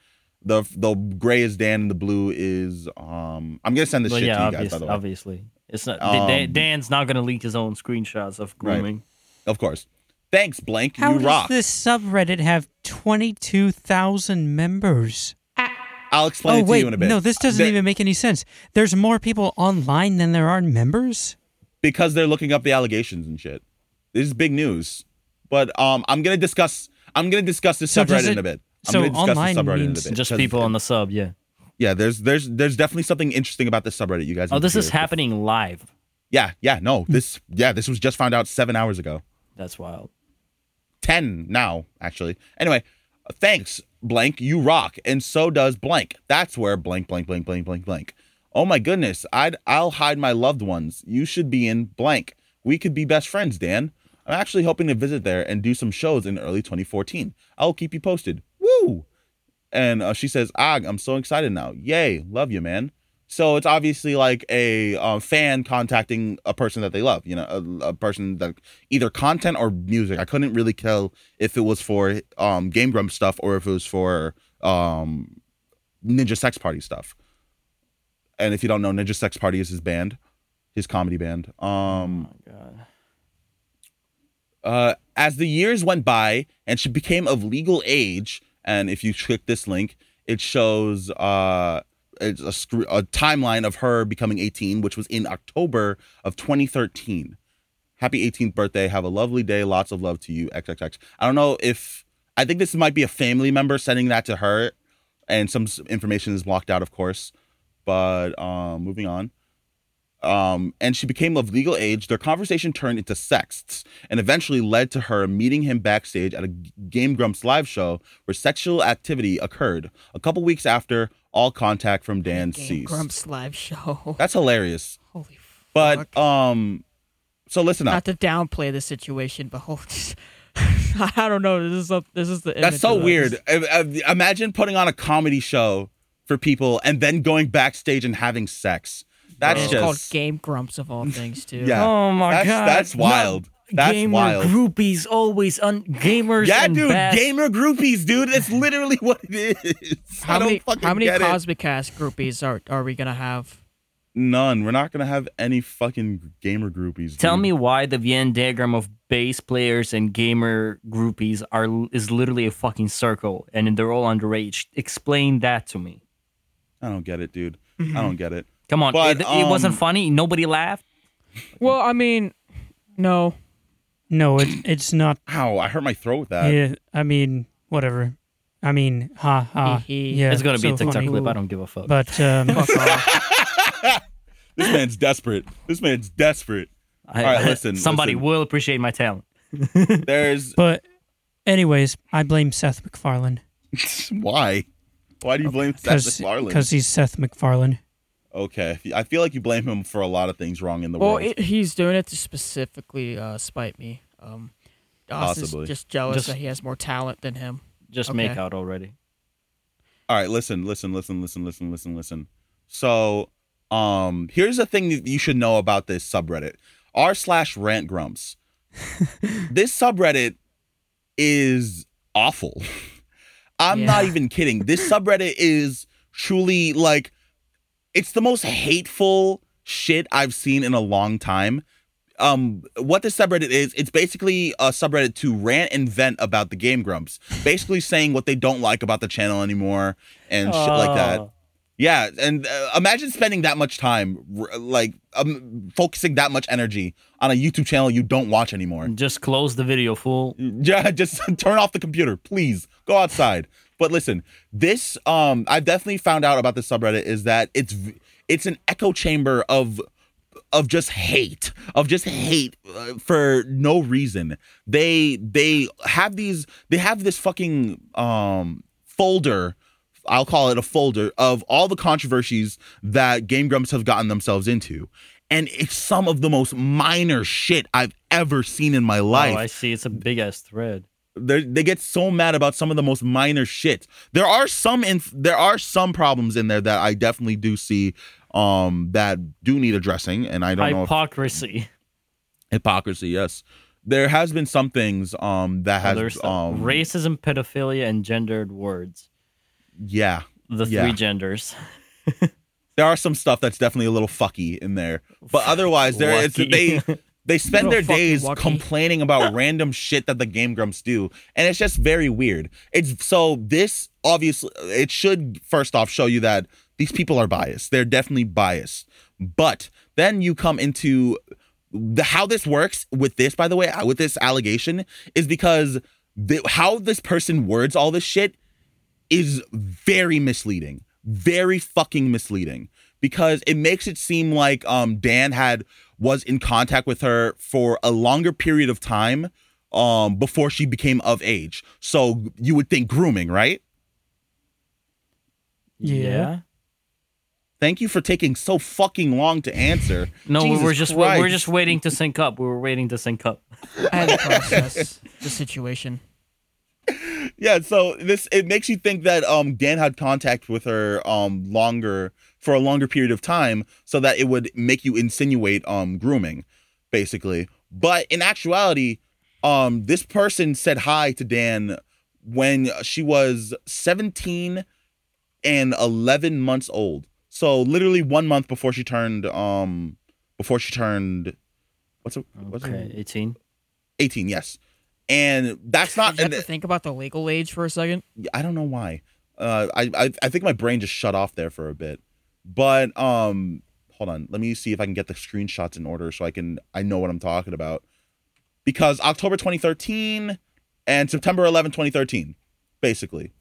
S1: The the gray is Dan and the blue is um. I'm gonna send this
S4: But
S1: shit
S4: yeah,
S1: to you guys
S4: obvious,
S1: by the way.
S4: obviously, it's not.
S1: Um,
S4: Dan, Dan's not gonna leak his own screenshots of
S1: Right.
S4: grooming.
S1: Of course. Thanks blank
S3: How
S1: you
S3: does
S1: rock.
S3: this subreddit have 22,000 members?
S1: I'll explain
S3: oh
S1: it to
S3: wait,
S1: you in a bit.
S3: no, this doesn't
S1: They-
S3: even make any sense. There's more people online than there are members.
S1: because they're looking up the allegations and shit. This is big news. But um, I'm gonna discuss. I'm gonna discuss this
S3: So does
S1: subreddit in
S3: it-
S1: a bit. I'm
S3: so
S1: gonna discuss
S3: online
S1: this subreddit
S3: means
S1: in a bit.
S4: Just
S1: 'cause-
S4: people on the sub, yeah.
S1: Yeah, there's there's there's definitely something interesting about this subreddit. You guys.
S4: Oh,
S1: need
S4: this
S1: to
S4: is Hmm.
S1: hear.
S4: happening live.
S1: Yeah, yeah. No, this. Yeah, this was just found out seven hours ago.
S4: That's wild.
S1: 10 now, actually. Anyway, thanks, blank. You rock. And so does blank. That's where blank, blank, blank, blank, blank, blank. Oh my goodness. I'd, I'll hide my loved ones. You should be in blank. We could be best friends, Dan. I'm actually hoping to visit there and do some shows in early 2014. I'll keep you posted. Woo! And uh, she says, Ag, I'm so excited now. Yay. Love you, man. So it's obviously like a um, fan contacting a person that they love, you know, a, a person that either content or music. I couldn't really tell if it was for um, Game Grump stuff or if it was for um, Ninja Sex Party stuff. And if you don't know, Ninja Sex Party is his band, his comedy band. Um,
S4: my God.
S1: uh, as the years went by and she became of legal age, and if you click this link, it shows uh, it's a, scr- a timeline of her becoming 18, which was in October of 2013. Happy 18th birthday. Have a lovely day. Lots of love to you. XXX. I don't know if, I think this might be a family member sending that to her, and some s- information is blocked out, of course. But um, moving on um, and she became of legal age, their conversation turned into sexts and eventually led to her meeting him backstage at a G- Game Grumps live show where sexual activity occurred. A couple weeks after, all contact from Dan
S2: Game
S1: ceased.
S2: Grumps live show. (laughs)
S1: That's hilarious.
S2: Holy
S1: But um, so listen up.
S2: not to downplay the situation, but holy, (laughs) I don't know. This is up. This is the.
S1: That's
S2: image
S1: so
S2: of it.
S1: weird. I- I- Imagine putting on a comedy show for people and then going backstage and having sex. That's
S2: It's
S1: just
S2: called Game Grumps of all things too.
S1: (laughs) Yeah.
S4: Oh my
S1: That's-
S4: god.
S1: that's wild. That's
S4: gamer
S1: wild.
S4: Groupies always un gamers.
S1: Yeah,
S4: and
S1: dude,
S4: bad-
S1: gamer groupies, dude. It's literally what it is. I
S2: How
S1: don't
S2: many
S1: fucking
S2: how many
S1: get it.
S2: Cosmic Cast groupies are are we gonna have?
S1: None. We're not gonna have any fucking gamer groupies.
S4: Tell
S1: dude.
S4: me why the Venn diagram of bass players and gamer groupies are is literally a fucking circle, and they're all underage. Explain that to me.
S1: I don't get it, dude.
S4: Mm-hmm.
S1: I don't get it.
S4: Come on,
S1: But,
S4: it, it wasn't
S1: um,
S4: funny. Nobody laughed.
S2: Well, I mean, no.
S3: No, it, it's not.
S1: Ow! I hurt my throat with that.
S3: Yeah, I mean, whatever. I mean, ha ha.
S2: Hee hee.
S3: Yeah,
S4: it's gonna be
S3: so
S4: a TikTok
S3: funny.
S4: clip. I don't give a (laughs) fuck.
S3: (laughs) But um,
S1: This man's desperate. This man's desperate.
S4: I,
S1: all right, listen,
S4: (laughs) somebody
S1: listen.
S4: will appreciate my talent.
S2: (laughs)
S1: There's
S3: but, anyways, I blame Seth MacFarlane
S1: why? Why do you blame Seth
S3: because
S1: MacFarlane?
S3: he's Seth MacFarlane.
S1: Okay, I feel like you blame him for a lot of things wrong in the
S2: Well,
S1: world.
S2: it, he's doing it to specifically uh, spite me. Um, Austin's
S1: Possibly.
S2: just jealous
S4: Just-
S2: that he has more talent than him.
S4: Just
S2: Okay.
S4: make out already.
S1: All right, listen, listen, listen, listen, listen, listen, listen. So, um, here's the thing that you should know about this subreddit: r slash rant grumps. this subreddit is awful. (laughs) I'm not
S2: Yeah.
S1: even kidding. This subreddit is truly like it's the most hateful shit I've seen in a long time. Um, what this subreddit is, it's basically a subreddit to rant and vent about the Game Grumps, basically saying what they don't like about the channel anymore and shit like that.
S4: Oh.
S1: Yeah, and uh, imagine spending that much time, r- like um, focusing that much energy on a YouTube channel you don't watch anymore.
S4: Just close the video, fool.
S1: (laughs) Yeah, just turn off the computer, please. Go outside. But listen, this um I've definitely found out about this subreddit is that it's v- it's an echo chamber of of just hate, of just hate uh, for no reason. They they have these they have this fucking um folder I'll call it a folder of all the controversies that Game Grumps have gotten themselves into. And it's some of the most minor shit I've ever seen in my
S4: Oh,
S1: life
S4: I see. It's a big ass thread.
S1: they they get so mad about some of the most minor shit. There are some in there are some problems in there that I definitely do see um that do need addressing and I don't know if,
S4: Hypocrisy.
S1: hypocrisy, yes. There has been some things um that
S4: There's
S1: has
S4: the
S1: um
S4: racism, pedophilia, and gendered words.
S1: yeah.
S4: The
S1: Yeah.
S4: three genders.
S1: There are some stuff that's definitely a little fucky in there. But otherwise there it's
S4: Lucky.
S1: they
S2: (laughs)
S1: they spend their
S2: Little fucking
S1: days
S2: wacky.
S1: complaining
S2: (laughs)
S1: about random shit that the game grumps do and it's just very weird it's so this obviously it should first off show you that these people are biased they're definitely biased but then you come into the how this works with this by the way uh, with this allegation is because the, how this person words all this shit is very misleading, very fucking misleading because it makes it seem like um Dan had was in contact with her for a longer period of time um before she became of age. So you would think grooming, right?
S3: (laughs) Yeah.
S1: Thank you for taking so fucking long to answer.
S4: No, we
S1: Jesus
S4: we're just
S1: Christ.
S4: we're just waiting to sync up. We were waiting to sync up.
S1: (laughs)
S2: I had to process the situation.
S1: yeah, so this it makes you think that um Dan had contact with her um longer for a longer period of time so that it would make you insinuate um grooming, basically. But in actuality, um this person said hi to Dan when she was 17 and 11 months old. So literally 1 month before she turned um before she turned what's it, what's
S4: Okay,
S1: it
S4: 18.
S1: 18, yes. And that's not
S2: (laughs) Did you
S1: Uh,
S2: have
S1: and-
S2: to think about the legal age for a second.
S1: I don't know why. Uh, I, I I think my brain just shut off there for a bit. But um, hold on. Let me see if I can get the screenshots in order so I can I know what I'm talking about. Because October 2013 and September 11, 2013, basically,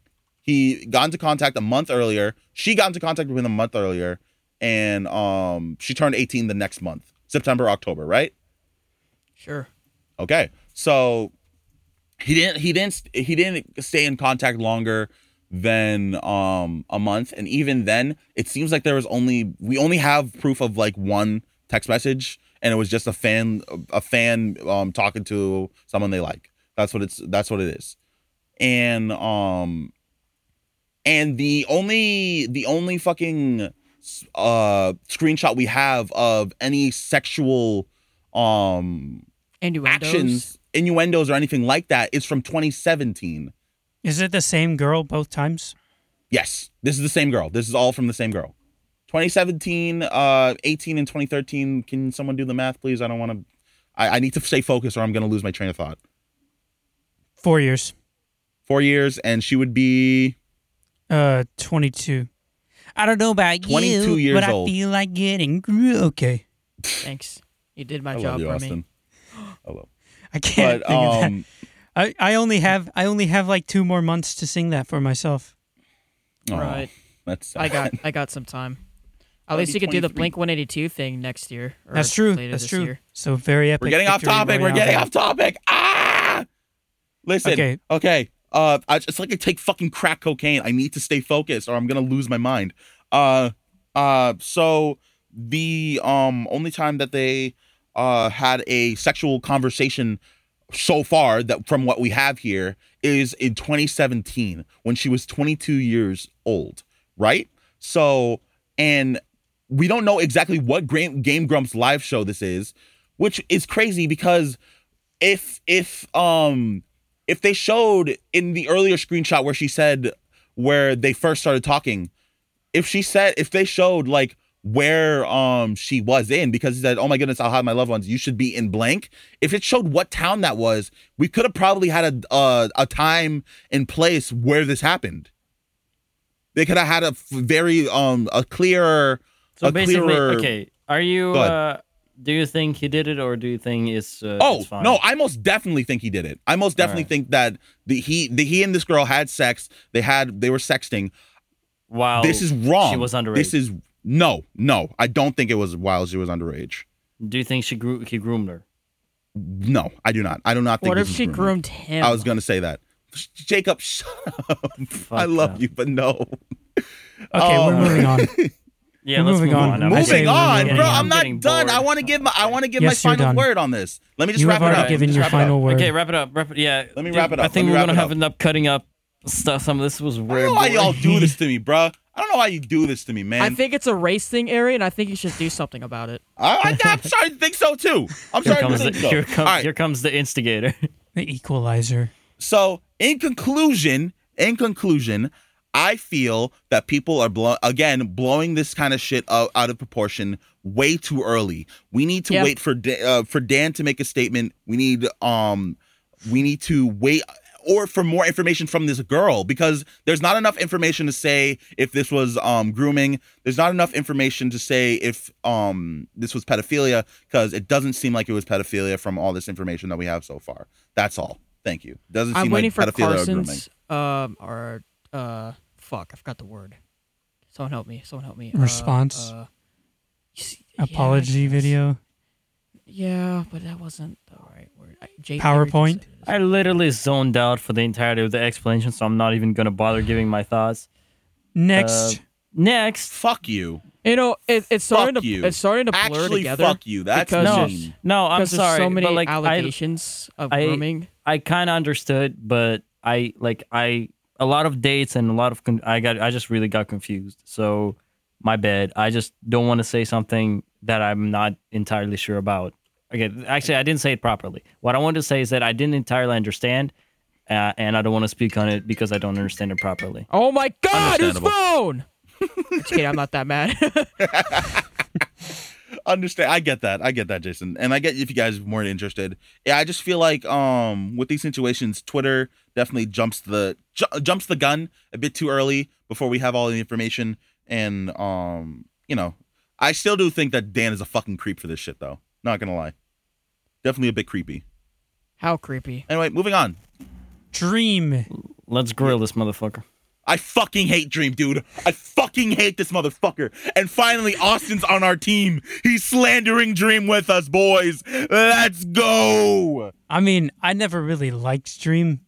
S1: he got into contact a month earlier. She got into contact with him a month earlier, and um, she turned 18 the next month, September October, right?
S2: Sure.
S1: Okay. So he didn't he didn't he didn't stay in contact longer than um a month and even then it seems like there was only we only have proof of like one text message and it was just a fan a fan um talking to someone they like. That's what it's that's what it is. And um and the only the only fucking uh screenshot we have of any sexual um
S2: Innuendos.
S1: actions, innuendos, or anything like that is from 2017.
S3: Is it the same girl both times?
S1: Yes, this is the same girl. This is all from the same girl. 2017, uh, 18, and 2013. Can someone do the math, please? I don't want to. I, I need to stay focused, or I'm going to lose my train of thought.
S3: Four years.
S1: Four years, and she would be.
S3: Uh, 22. I don't know about
S1: 22
S3: you,
S1: years
S3: but
S1: old.
S3: I feel like getting gr- okay.
S2: Thanks. You did my
S1: I love
S2: job
S1: you,
S2: for (gasps)
S1: Austin.
S2: me.
S1: Hello.
S3: I can't
S1: But
S3: (laughs) think of that.
S1: um,
S3: I, I only have I only have like two more months to sing that for myself.
S1: aw,
S2: Right.
S1: That's sad.
S2: I
S3: (laughs)
S2: got I got some time. At
S1: That'd
S2: least
S1: be
S2: you could do the
S1: 23.
S2: Blink 182 thing next year. or
S3: That's true.
S2: later
S3: That's
S2: this
S3: true.
S2: year.
S3: So very
S1: (laughs)
S3: epic.
S1: We're getting off
S3: victory
S1: topic. We're
S3: royale.
S1: getting off topic. Ah! Listen, okay.
S3: Okay.
S1: Uh, I, it's like I take fucking crack cocaine. I need to stay focused, or I'm gonna lose my mind. Uh, uh. So the um only time that they uh had a sexual conversation so far that from what we have here is in 2017 when she was 22 years old, right? So and we don't know exactly what Gra- Game Grumps live show this is, which is crazy because if if um if they showed in the earlier screenshot where she said where they first started talking, if she said if they showed like where um she was in because he said oh my goodness I'll have my loved ones you should be in blank if it showed what town that was we could have probably had a uh, a time and place where this happened they could have had a f- very um a clearer
S4: So
S1: a
S4: basically,
S1: clearer
S4: okay, are you.
S1: Go ahead.
S4: Uh, do you think he did it or do you think it's. Uh,
S1: Oh
S4: it's fine?
S1: no! I most definitely think he did it. I most definitely
S4: Alright.
S1: think that the he the he and this girl had sex. They had they were sexting.
S4: Wow.
S1: this is wrong.
S4: Oh, She was underage.
S1: This is no, no. I don't think it was while she was underage.
S4: Do you think she grew, he groomed her?
S1: No, I do not. I do not think.
S2: What
S1: this
S2: if
S1: is
S2: she
S1: grooming.
S2: groomed him?
S1: I was gonna say that. Sh- Jacob, shut up. I
S4: Fuck
S1: love
S4: that.
S1: you, but no.
S3: Okay,
S1: Oh.
S3: we're
S1: (laughs)
S3: moving on.
S4: Yeah,
S3: We're
S4: let's
S3: moving
S4: move
S3: on.
S4: on. I'm
S3: Moving
S4: getting-
S1: Moving on,
S4: getting-
S1: bro. I'm
S4: getting
S1: not done.
S4: bored.
S1: I want to give my I want to give
S3: Yes,
S1: my
S3: you're
S1: final
S3: done.
S1: word on this. Let me just
S3: you
S1: wrap
S3: have
S1: it
S3: already
S1: up.
S3: given
S1: Just
S3: your
S1: wrap it up.
S3: final word.
S4: Okay, wrap it up. Wrap it. Yeah.
S1: Let me
S4: dude,
S1: wrap it
S4: I
S1: up. Let
S4: think
S1: me
S4: we're
S1: wrap
S4: gonna
S1: it
S4: have
S1: up.
S4: enough cutting up stuff. Some of this was
S1: I
S4: weird.
S1: don't know why y'all do this to me, bro. I don't know why you do this to me, man.
S2: I think it's a race thing, Ari, and I think you should do something about it.
S1: I, I, I'm starting to think so too. I'm
S4: (laughs)
S1: starting
S4: Here
S1: to
S4: comes, the,
S1: think so.
S4: here,
S1: All
S4: comes,
S1: right.
S4: here comes the instigator.
S3: The equalizer.
S1: So in conclusion, in conclusion, I feel that people are blow- again blowing this kind of shit out, out of proportion way too early. We need to
S2: Yeah.
S1: wait for da- uh, for Dan to make a statement. We need um we need to wait or for more information from this girl because there's not enough information to say if this was um grooming. There's not enough information to say if um this was pedophilia because it doesn't seem like it was pedophilia from all this information that we have so far. That's all. Thank you. Doesn't
S2: I'm
S1: seem
S2: waiting
S1: like
S2: for
S1: pedophilia or grooming.
S2: Carson's um or uh fuck, I forgot the word. Someone help me. Someone help me. Uh,
S3: Response?
S2: uh, s- yeah,
S3: Apology
S2: I guess.
S3: video.
S2: Yeah, but that wasn't the right word. I- Jay-
S3: PowerPoint?
S4: I literally zoned out for the entirety of the explanation, so I'm not even gonna bother giving my thoughts. Uh,
S1: Uh,
S3: Next.
S4: Next,
S1: Fuck you.
S2: You know, it, it's starting
S1: Fuck
S2: to
S1: you.
S2: it's starting to blur
S1: Actually,
S2: together.
S1: fuck you. That's
S2: because
S4: no,
S2: there's-
S1: mean.
S4: no, I'm
S2: because there's
S4: sorry,
S2: so many
S4: but like I,
S2: allegations of
S4: I-
S2: grooming.
S4: I kind of understood, but I like I a lot of dates and a lot of con- I got I just really got confused. So my bad. I just don't want to say something that I'm not entirely sure about. Okay, actually I didn't say it properly. What I wanted to say is that I didn't entirely understand uh, and I don't want to speak on it because I don't understand it properly.
S2: Oh my God, his
S8: Understandable.
S2: phone! (laughs) Just kidding, I'm not that mad. (laughs)
S1: understand i get that i get that jason and i get if you guys are more interested yeah i just feel like um with these situations twitter definitely jumps the ju- jumps the gun a bit too early before we have all the information and um you know i still do think that dan is a fucking creep for this shit though not gonna lie definitely a bit creepy
S2: How creepy.
S1: anyway moving on
S3: Dream.
S4: Let's grill this motherfucker.
S1: I fucking hate Dream, dude. I fucking hate this motherfucker. And finally, Austin's on our team. He's slandering Dream with us, boys. Let's go.
S3: I mean, I never really liked Dream,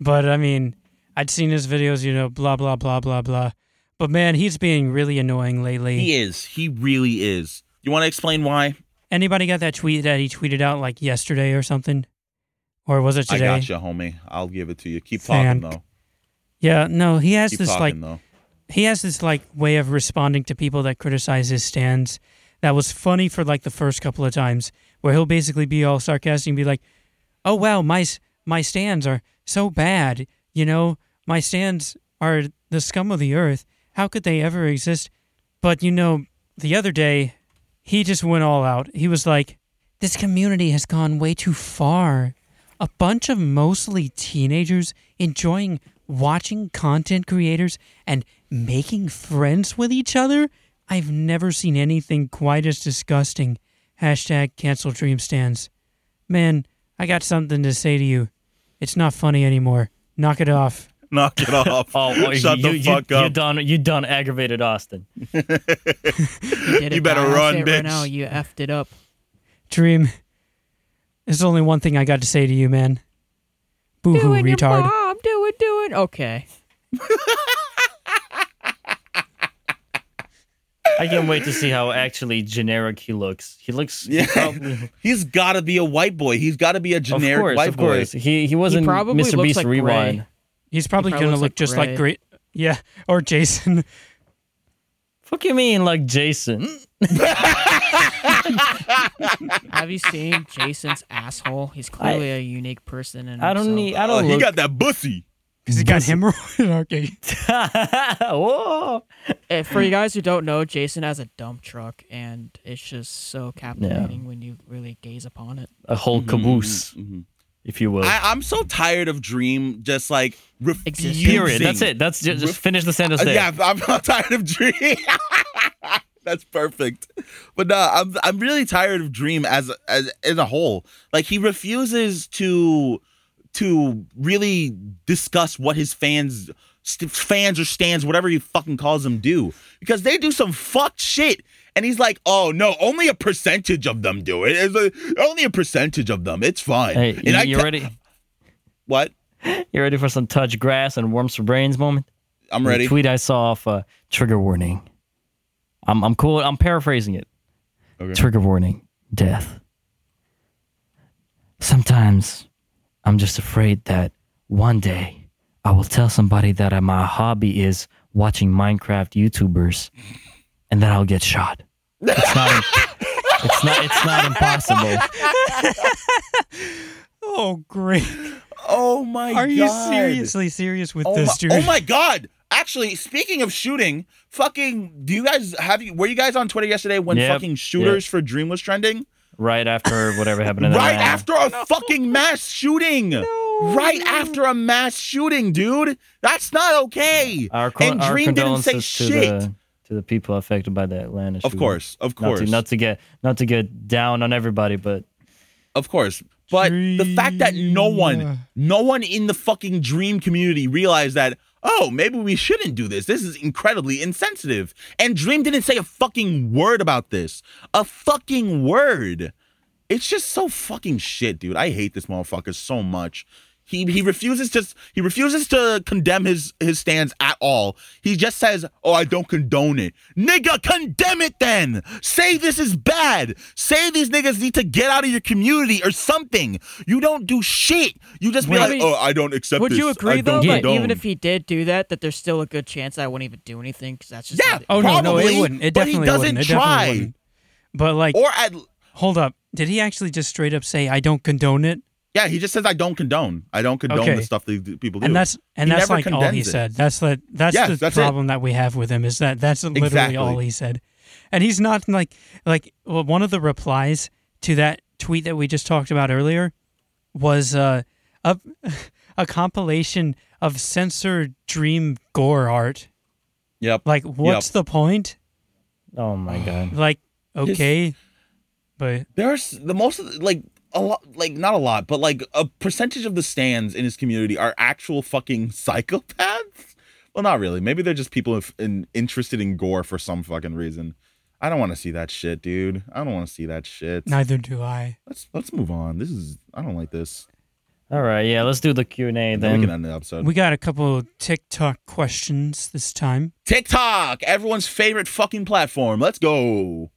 S3: but I mean, I'd seen his videos, you know, blah blah blah blah blah. But man, he's being really annoying lately.
S1: He is. He really is. You want to explain why?
S3: Anybody got that tweet that he tweeted out like yesterday or something? Or was it today?
S1: I got you, homie. I'll give it to you. Keep
S3: Fan.
S1: talking though.
S3: Yeah, no, he has
S1: Keep
S3: this
S1: talking
S3: like
S1: though.
S3: he has this like way of responding to people that criticize his stands that was funny for like the first couple of times where he'll basically be all sarcastic and be like oh wow my s- my stands are so bad you know my stands are the scum of the earth how could they ever exist but you know the other day he just went all out he was like this community has gone way too far a bunch of mostly teenagers enjoying watching content creators and making friends with each other? I've never seen anything quite as disgusting. Hashtag cancel dream stands. Man, I got something to say to you. It's not funny anymore. Knock it off.
S1: Knock it off.
S4: (laughs) Oh, well,
S1: (laughs) Shut
S4: you,
S1: the
S4: you-
S1: fuck
S4: you,
S1: up.
S4: You done you done aggravated Austin.
S2: You, did it,
S1: You better
S2: Kyle. I'll
S1: run,
S2: say it
S1: bitch.
S2: Right now, you effed it up.
S3: Dream, there's only one thing I got to say to you, man. Boo hoo,
S2: doing your
S3: retard.
S2: mom, doing, doing. Okay.
S4: I can't wait to see how actually generic he looks. He looks he (laughs)
S1: Yeah.
S4: probably-
S1: (laughs) He's got to be a white boy. He's got to be a generic
S4: of course,
S1: white
S4: of course.
S1: boy.
S4: He he wasn't
S2: probably
S4: Mr.
S2: looks
S4: Beast
S2: like Gray.
S4: rewind.
S3: He's probably,
S2: probably
S3: going to
S2: looks
S3: look
S2: like
S3: just like
S2: Gray.
S3: great. Yeah, or Jason. (laughs)
S4: Fuck you mean like Jason?
S1: Mm,
S2: Have you seen (laughs) Jason's asshole? He's clearly a unique person. In
S4: I don't
S2: himself.
S4: need I
S1: Oh,
S4: don't
S1: he
S4: look.
S1: got that bussy.
S3: Because he got hemorrhoid. (laughs) Okay.
S4: (laughs) Whoa.
S2: Eh, For you guys who don't know, Jason has a dump truck, and it's just so captivating when you really gaze upon it.
S4: A whole caboose, if you will.
S1: Mm. I, I'm so tired of Dream just like refusing.
S4: Period. That's it. That's just, just finish the sentence
S1: Uh,
S4: there.
S1: yeah, I'm (laughs) not tired of Dream. That's perfect. But no, I'm I'm really tired of Dream as as in a whole. Like he refuses to to really discuss what his fans st- fans or stands whatever he fucking calls them do because they do some fucked shit and he's like oh no only a percentage of them do it it's like, only a percentage of them it's fine
S4: Hey,
S1: and
S4: you,
S1: I
S4: you
S1: ca-
S4: ready?
S1: what
S4: You ready for some touch grass and worms for brains moment?
S1: I'm ready
S4: The tweet I saw off uh, trigger warning. I'm I'm cool. I'm paraphrasing it.
S1: Okay.
S4: Trigger warning. Death. Sometimes I'm just afraid that one day I will tell somebody that uh, my hobby is watching Minecraft YouTubers, and then I'll get shot. It's not. (laughs) it's not. It's not impossible.
S3: Oh, great.
S1: oh my
S3: Are
S1: god
S3: you seriously serious with
S1: Oh my,
S3: this, dude?
S1: oh my god! Actually, speaking of shooting, fucking, do you guys have you? Were you guys on Twitter yesterday when
S4: Yep,
S1: fucking shooters for Dream was trending?
S4: Right after whatever happened in
S1: right
S4: Atlanta.
S1: after a fucking mass shooting. right after a mass shooting, dude. That's not okay.
S4: Our, con-
S1: and
S4: our
S1: Dream didn't say
S4: condolences to
S1: shit.
S4: the to the people affected by the Atlanta
S1: of
S4: shooting.
S1: course, of
S4: Not
S1: course,
S4: to, not to get not to get down on everybody, but
S1: of course. But the fact that no one, no one in the fucking Dream community realized that. Oh, maybe we shouldn't do this. This is incredibly insensitive. And Dream didn't say a fucking word about this. A fucking word. It's just so fucking shit, dude. I hate this motherfucker so much. He he refuses to he refuses to condemn his his stands at all. He just says, "Oh, I don't condone it." Nigga, condemn it then. Say this is bad. Say these niggas need to get out of your community or something. You don't do shit. You just be
S2: Well, I
S1: like,
S2: mean,
S1: "Oh, I don't accept
S2: Would
S1: this.
S2: you
S1: I
S2: agree though?
S1: don't
S2: Like
S1: condone."
S2: even if he did do that, that there's still a good chance I wouldn't even do anything because that's just
S1: Yeah.
S2: not-
S3: Oh no, no,
S1: Probably,
S3: it wouldn't. It
S1: but he
S3: definitely
S1: doesn't
S3: wouldn't. It
S1: try.
S3: definitely wouldn't. But like,
S1: or at
S3: hold up, did he actually just straight up say, "I don't condone it"?
S1: yeah, he just says, "I don't condone. I don't condone
S3: Okay.
S1: the stuff that people do."
S3: And that's and
S1: He
S3: that's
S1: never
S3: like all he
S1: condemns it.
S3: said. That's the that's
S1: Yes,
S3: the
S1: that's it.
S3: problem that we have with him is that that's literally
S1: Exactly.
S3: all he said. And he's not like like well, one of the replies to that tweet that we just talked about earlier was uh, a (laughs) a compilation of censored dream gore art.
S1: yep.
S3: Like, what's the point?
S4: Oh my god.
S3: Like, okay, but
S1: there's the most of the, like a lot like not a lot but like a percentage of the stands in his community are actual fucking (laughs) psychopaths well not really maybe they're just people if, in, interested in gore for some fucking reason i don't want to see that shit dude i don't want to see that shit
S3: neither do I.
S1: let's let's move on this is i don't like this
S4: All right, yeah, let's do the Q and A
S1: and then we
S4: then.
S1: can end the episode
S3: We got a couple TikTok questions this time.
S1: tiktok everyone's favorite fucking platform let's go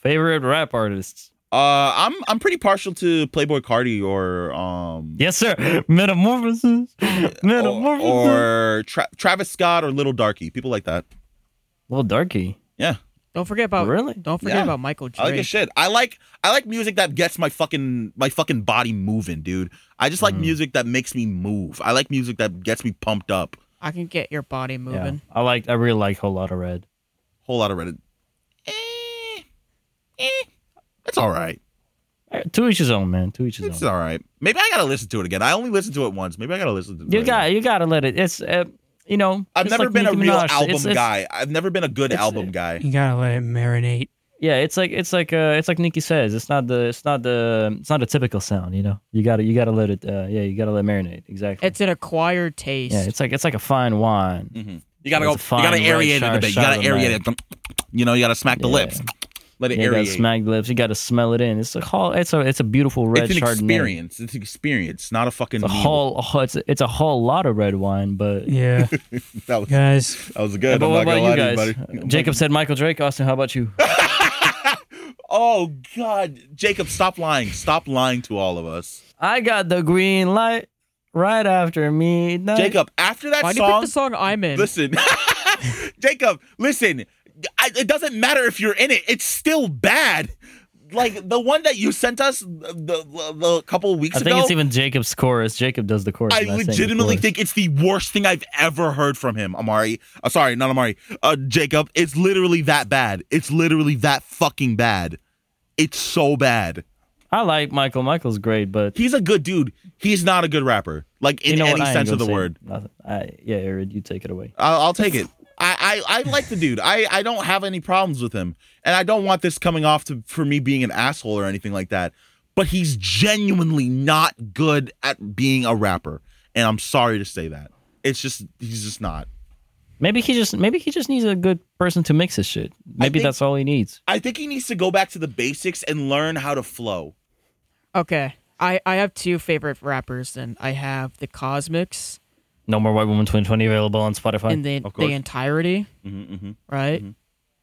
S4: Favorite rap artists?
S1: uh i'm i'm pretty partial to playboy cardi or um
S4: Yes, sir. (laughs)
S1: (laughs)
S4: Metamorphosis.
S1: or,
S4: Metamorphosis.
S1: or Tra- travis scott or little darky people like that
S4: Little Darky.
S1: Yeah,
S2: Don't forget about
S4: Really?
S2: Don't forget
S1: Yeah.
S2: about Michael
S1: I like his
S2: Drake.
S1: shit. I like I like music that gets my fucking my fucking body moving, dude. I just like music that makes me move. I like music that gets me pumped up.
S2: I can get your body
S4: Yeah,
S2: moving.
S4: I like. I really like Whole Lotta Red.
S1: Whole lot of Reddit. Eh, eh, it's all right.
S4: Uh, To each his own, man. To each his
S1: It's
S4: own.
S1: all right. Maybe I gotta listen to it again. I only listened to it once. Maybe I gotta listen to it.
S4: You
S1: again.
S4: got. You gotta let it. It's. Uh, you know.
S1: I've
S4: it's
S1: never
S4: like
S1: been a
S4: Nicki
S1: real
S4: Minaj.
S1: album
S4: It's- it's-
S1: guy. I've never been a good
S4: it's-
S1: album guy.
S3: You gotta let it marinate.
S4: Yeah, it's like it's like uh, it's like Nikki says. It's not the it's not the it's not a typical sound. You know. You gotta you gotta let it. Uh, yeah, you gotta let it marinate. Exactly.
S2: It's an acquired taste.
S4: yeah, it's like it's like a fine wine.
S1: You gotta go.
S4: It's fine,
S1: You gotta
S4: right,
S1: aerate it a
S4: shy-
S1: bit. You
S4: shy
S1: gotta
S4: of the
S1: aerate it. You know, you gotta smack the
S4: Yeah.
S1: lips. Let it
S4: You gotta
S1: aerate.
S4: smack the lips. You gotta smell it in. It's a whole. It's a it's a beautiful red
S1: it's an
S4: Chardonnay.
S1: experience. It's an experience, not a fucking.
S4: It's a
S1: meal.
S4: whole. a whole- It's a, it's a whole lot of red wine, but.
S3: Yeah,
S1: (laughs) That was,
S3: guys.
S1: that was
S4: Yeah,
S1: good.
S4: but
S1: I'm
S4: what
S1: not
S4: about
S1: gonna lie
S4: you
S1: to you,
S4: guys?
S1: buddy.
S4: (laughs) Jacob said Michael Drake. Austin, how about you?
S1: (laughs) Oh God, Jacob, stop lying! Stop lying to all of us,
S4: I got the green light right after midnight.
S1: Jacob. After that
S2: Why do you pick
S1: song,
S2: the song I'm in?
S1: listen, (laughs) Jacob, listen. I, it doesn't matter if you're in it; it's still bad. Like the one that you sent us the the, the couple weeks
S4: I think
S1: ago.
S4: it's even Jacob's chorus. Jacob does the chorus.
S1: I
S4: and sang the
S1: legitimately
S4: chorus.
S1: think it's the worst thing I've ever heard from him, Amari. Uh, sorry, not Amari. Uh, Jacob, it's literally that bad. It's literally that fucking bad. It's so bad.
S4: I like Michael. Michael's great, but
S1: He's a good dude. He's not a good rapper, like in
S4: you know
S1: any
S4: what? I ain't
S1: sense of
S4: gonna
S1: the
S4: say
S1: word.
S4: nothing. I, yeah, Arid, you take it away.
S1: I'll, I'll take it. I, I, I like the dude. I, I don't have any problems with him, and I don't want this coming off to for me being an asshole or anything like that. But he's genuinely not good at being a rapper, and I'm sorry to say that. It's just he's just not.
S4: Maybe he just maybe he just needs a good person to mix his shit. Maybe
S1: think-
S4: that's all he needs.
S1: I think he needs to go back to the basics and learn how to flow.
S2: Okay. I, I have two favorite rappers, and I have the Cosmics
S4: No more White Woman 2020 available on Spotify.
S2: in the,
S1: Of course. Mm-hmm,
S2: the entirety, right?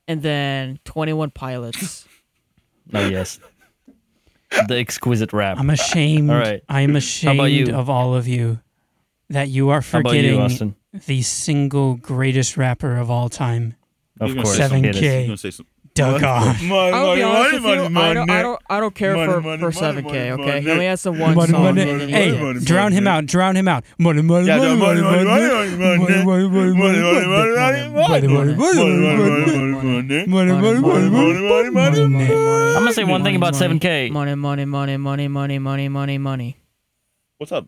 S2: And then 21
S1: (laughs)
S2: Pilots.
S4: no, Oh, yes, the exquisite rap.
S3: I'm ashamed.
S4: All right.
S3: I am ashamed
S4: you?
S3: of all of you that you are
S4: about you,
S3: forgetting
S4: Austin?
S3: the single greatest rapper of all time,
S4: of
S1: You're gonna
S4: course,
S1: say
S4: it
S1: something.
S4: is.
S3: 7K.
S1: He's gonna say some-
S3: Doug Off.
S1: Money,
S2: I'll
S1: money,
S2: be honest
S1: money,
S2: with you.
S1: money,
S2: I, don't, I,
S1: money.
S2: don't, I don't care
S1: Money,
S2: for,
S1: money,
S2: for
S1: money,
S2: 7K,
S1: money,
S2: okay?
S1: money.
S2: He only has the one
S3: Money,
S2: song.
S3: money.
S2: and then he
S3: Hey,
S2: did.
S1: money,
S3: drown
S1: money.
S3: him out. Drown him out. Money, money,
S1: Yeah, no,
S3: money, money, money, money, money, money, money, money, money, money, money, money, money, money, money, money, money, money.
S4: I'm gonna say one thing
S2: Money,
S4: about
S2: money,
S4: 7K.
S2: Money, money, money, money, money, money, money, money.
S1: What's up?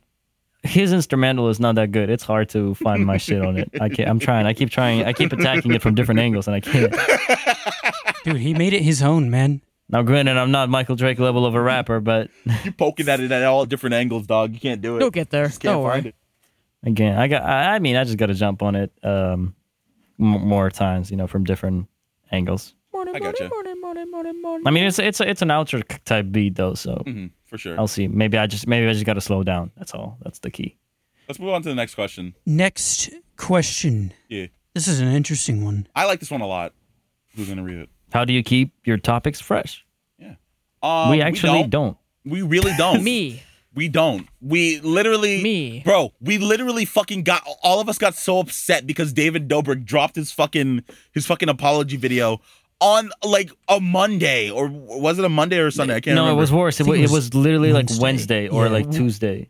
S4: his instrumental is not that good. It's hard to find my shit on it. I can't. I'm trying. I keep trying. I keep attacking it from different angles, and I can't.
S3: Dude, he made it his own, man.
S4: Now, granted, I'm not Michael Drake level of a rapper, but
S1: You poking at it at all different angles, dog. You can't do it.
S2: You'll get there.
S1: Just can't
S2: Don't
S1: find
S2: worry.
S1: it.
S4: again, I got. I, I mean, I just got to jump on it um, m- more times, you know, from different angles.
S2: Money,
S1: I
S2: money,
S1: gotcha.
S2: money, money, money, money.
S4: I mean, it's it's it's an outro type beat though, so
S1: for sure.
S4: I'll see. Maybe I just maybe I just got to slow down. That's all. That's the key.
S1: Let's move on to the next question.
S3: Next question.
S1: Yeah,
S3: This is an interesting one.
S1: I like this one a lot. Who's gonna read it?
S4: How do you keep your topics fresh?
S1: Um,
S4: we actually
S1: don't.
S4: don't.
S1: We really don't.
S2: Me.
S1: We don't. We literally.
S2: Me.
S1: Bro, we literally fucking got. All of us got so upset because David Dobrik dropped his fucking his fucking apology video on like a Monday or was it a Monday or a Sunday? I can't
S4: no,
S1: remember.
S4: it was worse. It,
S3: think
S4: wa-
S3: it
S4: it
S3: was
S4: was, literally like
S3: Wednesday.
S4: Wednesday or
S3: Yeah.
S4: like Tuesday.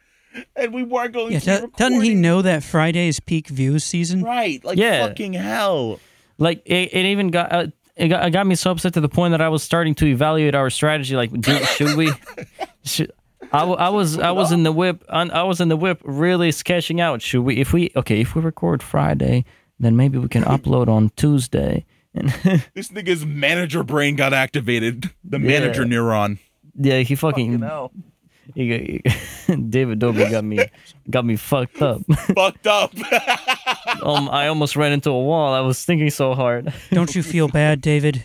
S1: And we weren't going
S3: Yeah,
S1: to.
S3: do- doesn't he know that Friday is peak views season?
S1: Right. Like
S4: Yeah.
S1: fucking hell.
S4: Like it, it even got. Uh, it got, it got me so upset to the point that I was starting to evaluate our strategy. Like, do, should (laughs) we? Should, I, wa- I was I was in the whip. on- I was in the whip, really sketching out. Should we? If we okay, if we record Friday, then maybe (laughs) we can upload on Tuesday. And
S1: This nigga's manager brain got activated. The
S4: Yeah.
S1: manager neuron. (laughs)
S4: yeah, he fucking. (laughs) he got- he- (laughs) David Dobrik got me got me fucked (laughs) up.
S1: Fucked up.
S4: um, I almost ran into a wall. I was thinking so hard.
S3: Don't you feel bad, David?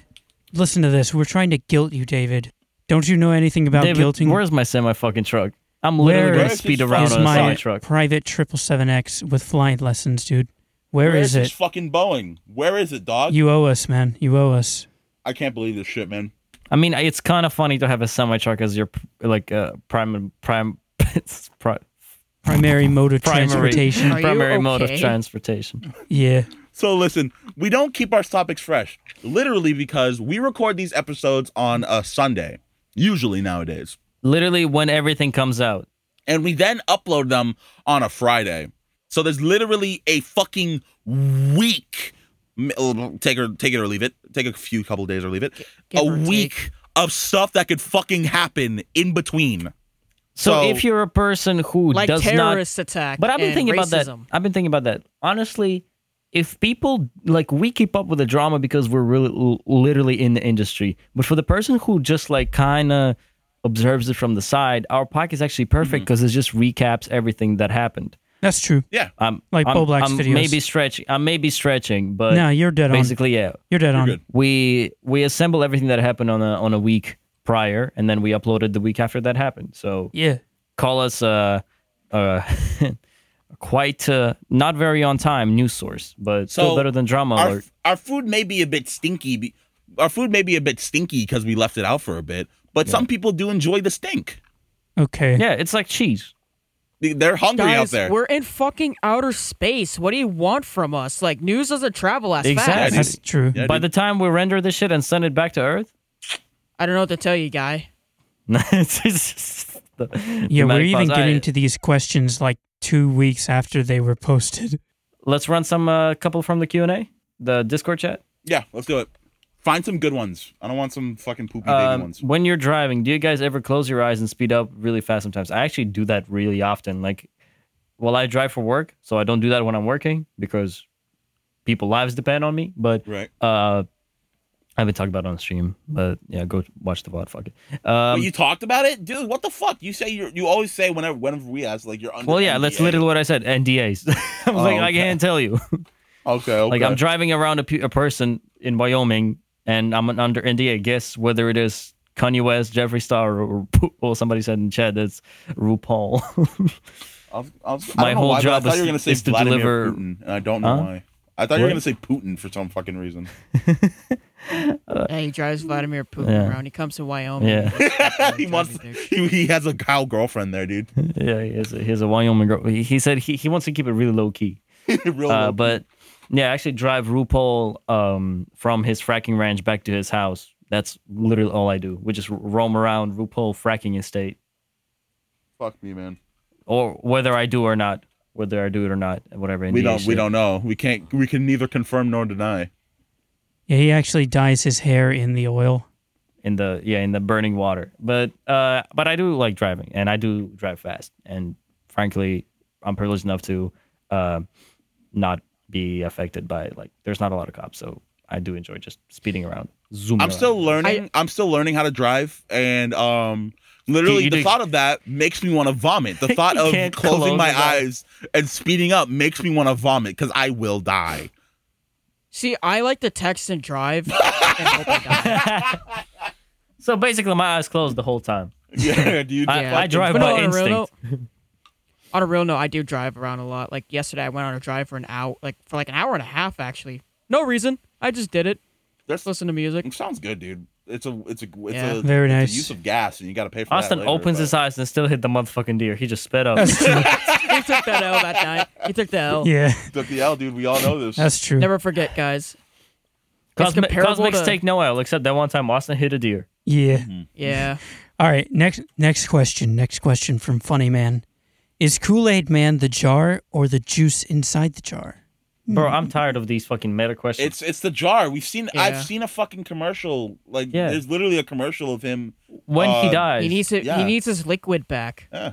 S3: Listen to this. We're trying to guilt you, David. Don't you know anything about
S4: David,
S3: guilting?
S4: where's my semi fucking truck? I'm literally
S3: Where
S4: gonna
S1: is
S4: speed
S1: his
S4: around
S3: is
S4: on a semi
S3: my
S4: truck.
S3: private triple seven X with flying lessons, dude? Where
S1: Where's
S3: is
S1: this
S3: it?
S1: fucking Boeing? Where is it, dog?
S3: You owe us, man. You owe us.
S1: I can't believe this shit, man.
S4: I mean, it's kind of funny to have a semi truck as your like uh, prime prime (laughs) it's pri-
S3: Primary mode of
S4: Primary.
S3: transportation.
S2: Are you
S4: primary mode of
S2: okay?
S4: transportation.
S3: Yeah.
S1: So listen, we don't keep our topics fresh, literally because we record these episodes on a Sunday, usually nowadays,
S4: Literally, when everything comes out,
S1: and we then upload them on a Friday. So there's literally a fucking week. m- oh, Take or take it or leave it. Take a few couple days or leave it.
S2: give
S1: a
S2: or take.
S1: week of stuff that could fucking happen in between.
S4: so,
S1: So-
S4: if you're a person who
S2: Like
S4: does not
S2: terrorist attack.
S4: But I've been
S2: and
S4: thinking
S2: racism.
S4: about that. I've been thinking about that. Honestly, if people like we keep up with the drama because we're really l- literally in the industry, but for the person who just like kind of observes it from the side, our podcast is actually
S3: Mm-hmm.
S4: perfect because it just recaps everything that happened.
S3: That's true.
S1: Yeah,
S4: I'm,
S3: Like
S4: I'm,
S3: Bo Black's
S4: I'm
S3: videos.
S4: Maybe stretching. I may be stretching, but
S3: no, you're dead on.
S4: basically, yeah.
S3: You're dead on.
S1: good.
S4: We we assemble everything that happened on a on a week prior, and then we uploaded the week after that happened. So
S3: Yeah.
S4: call us a, a (laughs) quite uh not very on time news source, but still
S1: So,
S4: better than drama
S1: our,
S4: alert.
S1: our food may be a bit stinky. be- Our food may be a bit stinky because we left it out for a bit. But some people do enjoy the stink.
S3: Okay.
S4: Yeah, it's like cheese.
S1: They- They're hungry out
S2: Guys,
S1: there.
S2: we're in fucking outer space. What do you want from us? Like, news doesn't travel as fast.
S4: Exactly.
S3: That's true.
S1: Yeah,
S4: By
S1: dude.
S4: the time we render this shit and send it back to Earth, (laughs)
S2: I don't know what to tell you, guy.
S4: it's just the,
S3: Yeah, we're
S4: dramatic
S3: even
S4: pause.
S3: getting
S4: Alright,
S3: to these questions like two weeks after they were posted. (laughs)
S4: Let's run some uh, couple from the Q and A, the Discord chat.
S1: yeah, let's do it. Find some good ones. I don't want some fucking poopy
S4: Um,
S1: baby ones.
S4: when you're driving, do you guys ever close your eyes and speed up really fast? Sometimes I actually do that really often. Like, well, I drive for work, so I don't do that when I'm working because people lives depend on me. But
S1: Right.
S4: Uh, I've been talking about it on stream, but yeah, go watch the VOD. Fuck it. Um,
S1: but you talked about it, dude. What the fuck? You say you you always say whenever whenever we ask like you're under.
S4: well, yeah, that's
S1: NDA.
S4: literally what I said. NDAs. (laughs) I was
S1: Oh,
S4: like, I
S1: okay.
S4: can't tell you.
S1: Okay, okay.
S4: like, I'm driving around a, pe- a person in Wyoming, and I'm an under NDA. Guess whether it is Kanye West, Jeffree Star, or, or well, somebody said in chat that's RuPaul. (laughs)
S1: I was- I was- I
S4: my
S1: don't know
S4: whole
S1: why, but
S4: job
S1: I thought
S4: is-
S1: you were gonna say
S4: is to
S1: Vladimir
S4: deliver-
S1: Putin, and I don't know
S4: Huh?
S1: why. I thought you were
S4: What?
S1: gonna say Putin for some fucking
S4: (laughs)
S1: reason.
S2: Yeah, he drives Vladimir Putin
S4: Yeah.
S2: around. He comes to
S1: (laughs)
S2: Wyoming.
S4: yeah,
S1: he wants. He, he has a cow girlfriend there, dude. (laughs)
S4: yeah, he has a, he has a Wyoming girl. He, he said he, he wants to keep it really low key.
S1: Real
S4: Uh,
S1: low.
S4: but yeah, I actually drive RuPaul um, from his fracking ranch back to his house. That's literally all I do. We just r- roam around RuPaul fracking estate,
S1: fuck me, man.
S4: or whether I do or not, whether I do it or not, whatever.
S1: We
S4: NDA
S1: don't. We
S4: shit.
S1: don't know. We can't. We can neither confirm nor deny.
S3: Yeah, he actually dyes his hair in the oil.
S4: in the yeah in the burning water. But uh, but I do like driving, and I do drive fast. And frankly, I'm privileged enough to uh, not be affected by like there's not a lot of cops, so I do enjoy just speeding around. Zooming
S1: I'm
S4: around.
S1: still learning. I, am still learning how to drive, and um, literally
S4: You- you
S1: the
S4: do-
S1: thought of that makes me want to vomit.
S4: (laughs)
S1: The thought of
S4: can't
S1: closing
S4: close
S1: my
S4: your eyes.
S1: eyes and speeding up makes me want to vomit because I will
S4: (laughs)
S1: die.
S2: See, I like to
S1: (laughs)
S2: text and drive. and hope I die.
S4: So basically, my eyes closed the whole time.
S1: (laughs) yeah, dude.
S4: I,
S2: Yeah.
S4: I drive
S2: But no,
S4: by
S2: on a real
S4: instinct.
S2: note- on a real note, I do drive around a lot. Like yesterday, I went on a drive for an hour, like for like an hour and a half, actually. No reason. I just did it.
S1: There's-
S2: Listen to music.
S1: It sounds good, dude. It's a it's a it's
S2: Yeah.
S1: a
S3: Very
S1: it's a
S3: nice.
S1: use of gas, and you got to pay for.
S4: Austin
S1: that later,
S4: opens
S1: but-
S4: his eyes and still hit the motherfucking deer. He just sped
S2: (laughs)
S4: up.
S2: he took that L that night. He took the
S4: (laughs)
S2: L.
S3: Yeah, (laughs)
S1: Took the L, dude. We all know this.
S3: that's true.
S2: Oh. Never forget, guys.
S4: Cosmic,
S2: comparable
S4: Cosmics
S2: to-
S4: take no L, except that one time Austin hit a deer.
S3: Yeah.
S2: Yeah.
S3: All right. Next next question. Next question from Funny Man. Is Kool Aid Man the jar or the juice inside the jar?
S4: Bro,
S2: Hmm.
S4: I'm tired of these fucking meta questions.
S1: It's it's the jar. We've seen.
S2: Yeah.
S1: I've seen a fucking commercial. Like
S4: Yeah.
S1: there's literally a commercial of him.
S4: when he
S1: uh,
S4: dies.
S2: He needs it.
S1: yeah.
S2: He needs his liquid back.
S1: Yeah.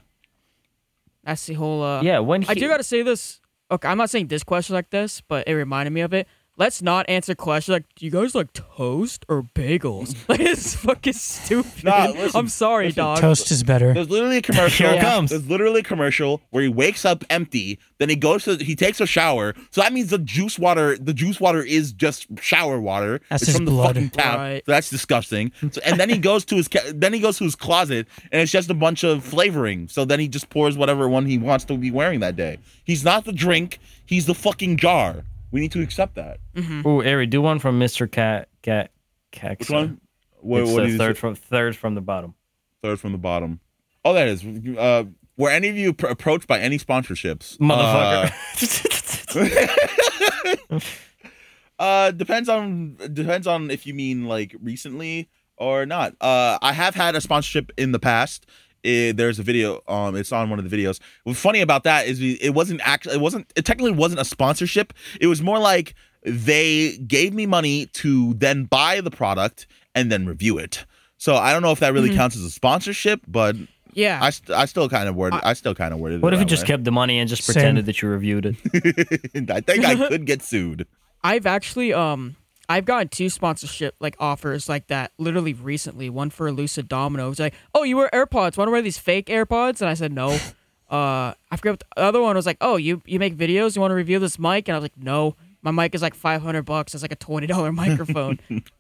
S2: That's the whole. Uh,
S4: yeah, when he
S2: I do gotta say this. Okay, I'm not saying this question like this, but it reminded me of it. Let's not answer questions like, "Do you guys like toast or bagels?" (laughs) like it's fucking stupid.
S1: Nah, listen,
S2: I'm sorry, dog.
S3: Toast is better.
S1: There's
S4: (laughs)
S1: literally a commercial.
S4: Here it comes.
S1: There's literally a commercial where he wakes up empty. Then he goes to he takes a shower. So that means the juice water. The juice water is just shower water.
S3: That's
S1: it's
S3: his
S1: from
S3: blood.
S1: the fucking tap.
S2: Right.
S1: So that's disgusting. So, and then he goes to his ca- (laughs) then he goes to his closet and it's just a bunch of flavoring. So then he just pours whatever one he wants to be wearing that day. He's not the drink. He's the fucking jar. We need to accept that.
S4: Ooh, Ari, do one from Mr. Cat Cat Cax.
S1: Which one? What,
S4: It's
S1: what
S4: uh,
S1: do you
S4: third from third from the bottom.
S1: third from the bottom. Oh, that is. Uh, were any of you pr- approached by any sponsorships?
S4: Motherfucker.
S1: Uh, uh, depends on depends on if you mean like recently or not. Uh, I have had a sponsorship in the past. Eh, there's a video. Um, it's on one of the videos. What's funny about that is we- it wasn't actually. It wasn't. It technically wasn't a sponsorship. It was more like they gave me money to then buy the product and then review it. So I don't know if that really counts as a sponsorship, but
S2: Yeah.
S1: I, st- I still kind of worded. I still kind of worded.
S4: (laughs) what
S1: it
S4: if you
S1: that
S4: just
S1: way.
S4: kept the money and just
S3: Same.
S4: pretended that you reviewed
S1: (laughs)
S4: it?
S1: I think
S4: (laughs)
S1: I could get sued.
S2: I've actually um I've gotten two sponsorship like offers like that literally recently. One for Lucid Domino. It was like, oh, you wear AirPods. Want to wear these fake AirPods? And I said no. (laughs) Uh, I forget. What the other one was like, oh, you you make videos. You want to review this mic? And I was like, no. My mic is like five hundred bucks. It's like a twenty dollar (laughs) microphone.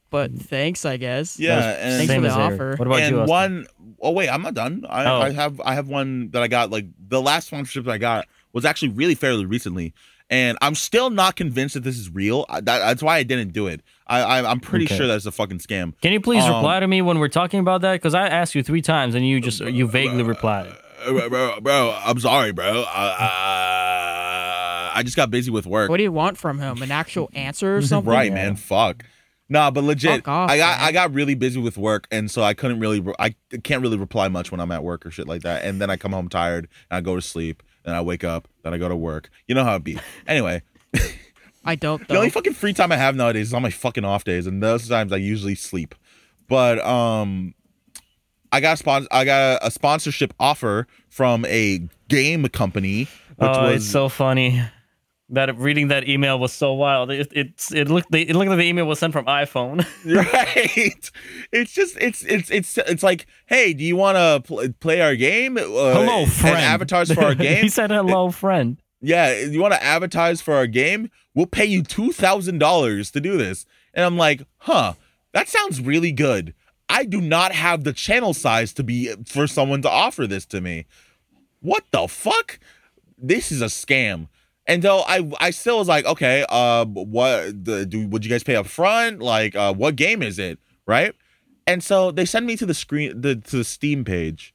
S2: but thanks, I guess.
S1: Yeah, and
S2: Thanks for
S4: Same
S2: the
S4: as Ari.
S2: offer.
S4: What about
S1: and
S4: you, Austin?
S1: one oh wait, I'm not done. I,
S4: Oh.
S1: I have I have one that I got like the last sponsorship that I got was actually really fairly recently, and I'm still not convinced that this is real. I, that, that's why I didn't do it. I, I I'm pretty
S4: Okay.
S1: sure that's a fucking scam.
S4: Can you please
S1: Um,
S4: reply to me when we're talking about that? Because I asked you three times and you just you vaguely replied.
S1: Uh, bro, bro, bro, I'm sorry, bro. Uh, uh, I just got busy with work.
S2: What do you want from him? An actual answer or something?
S1: (laughs) Right, man. Fuck. Nah, but legit,
S2: Fuck off,
S1: I got
S2: man.
S1: I got really busy with work, and so I couldn't really re- I can't really reply much when I'm at work or shit like that. And then I come home tired, and I go to sleep, and I wake up, then I go to work. You know how it be.
S2: (laughs)
S1: Anyway,
S2: I don't
S1: the
S2: though.
S1: only fucking free time I have nowadays is on my fucking off days, and those times I usually sleep. But um, I got a spon- I got a, a sponsorship offer from a game company, which
S2: Uh,
S4: oh, it's
S1: was
S4: so funny. That reading that email was so wild. It it, it looked it looked like the email was sent
S2: (laughs)
S4: from iPhone.
S1: (laughs) right. It's just it's it's it's it's like, hey, do you want to pl- play our game? Uh,
S4: hello,
S1: and
S4: friend.
S1: avatars
S4: (laughs)
S1: for our game.
S4: he said, "Hello, friend."
S1: yeah, you want to advertise for our game? We'll pay you two thousand dollars to do this. And I'm like, huh, that sounds really good. I do not have the channel size to be for someone to offer this to me. What the fuck? This is a scam. And though I, I still was like, okay, uh, what the, do? Would you guys pay up front? Like, uh, what game is it? Right? And so they send me to the screen, the to the Steam page,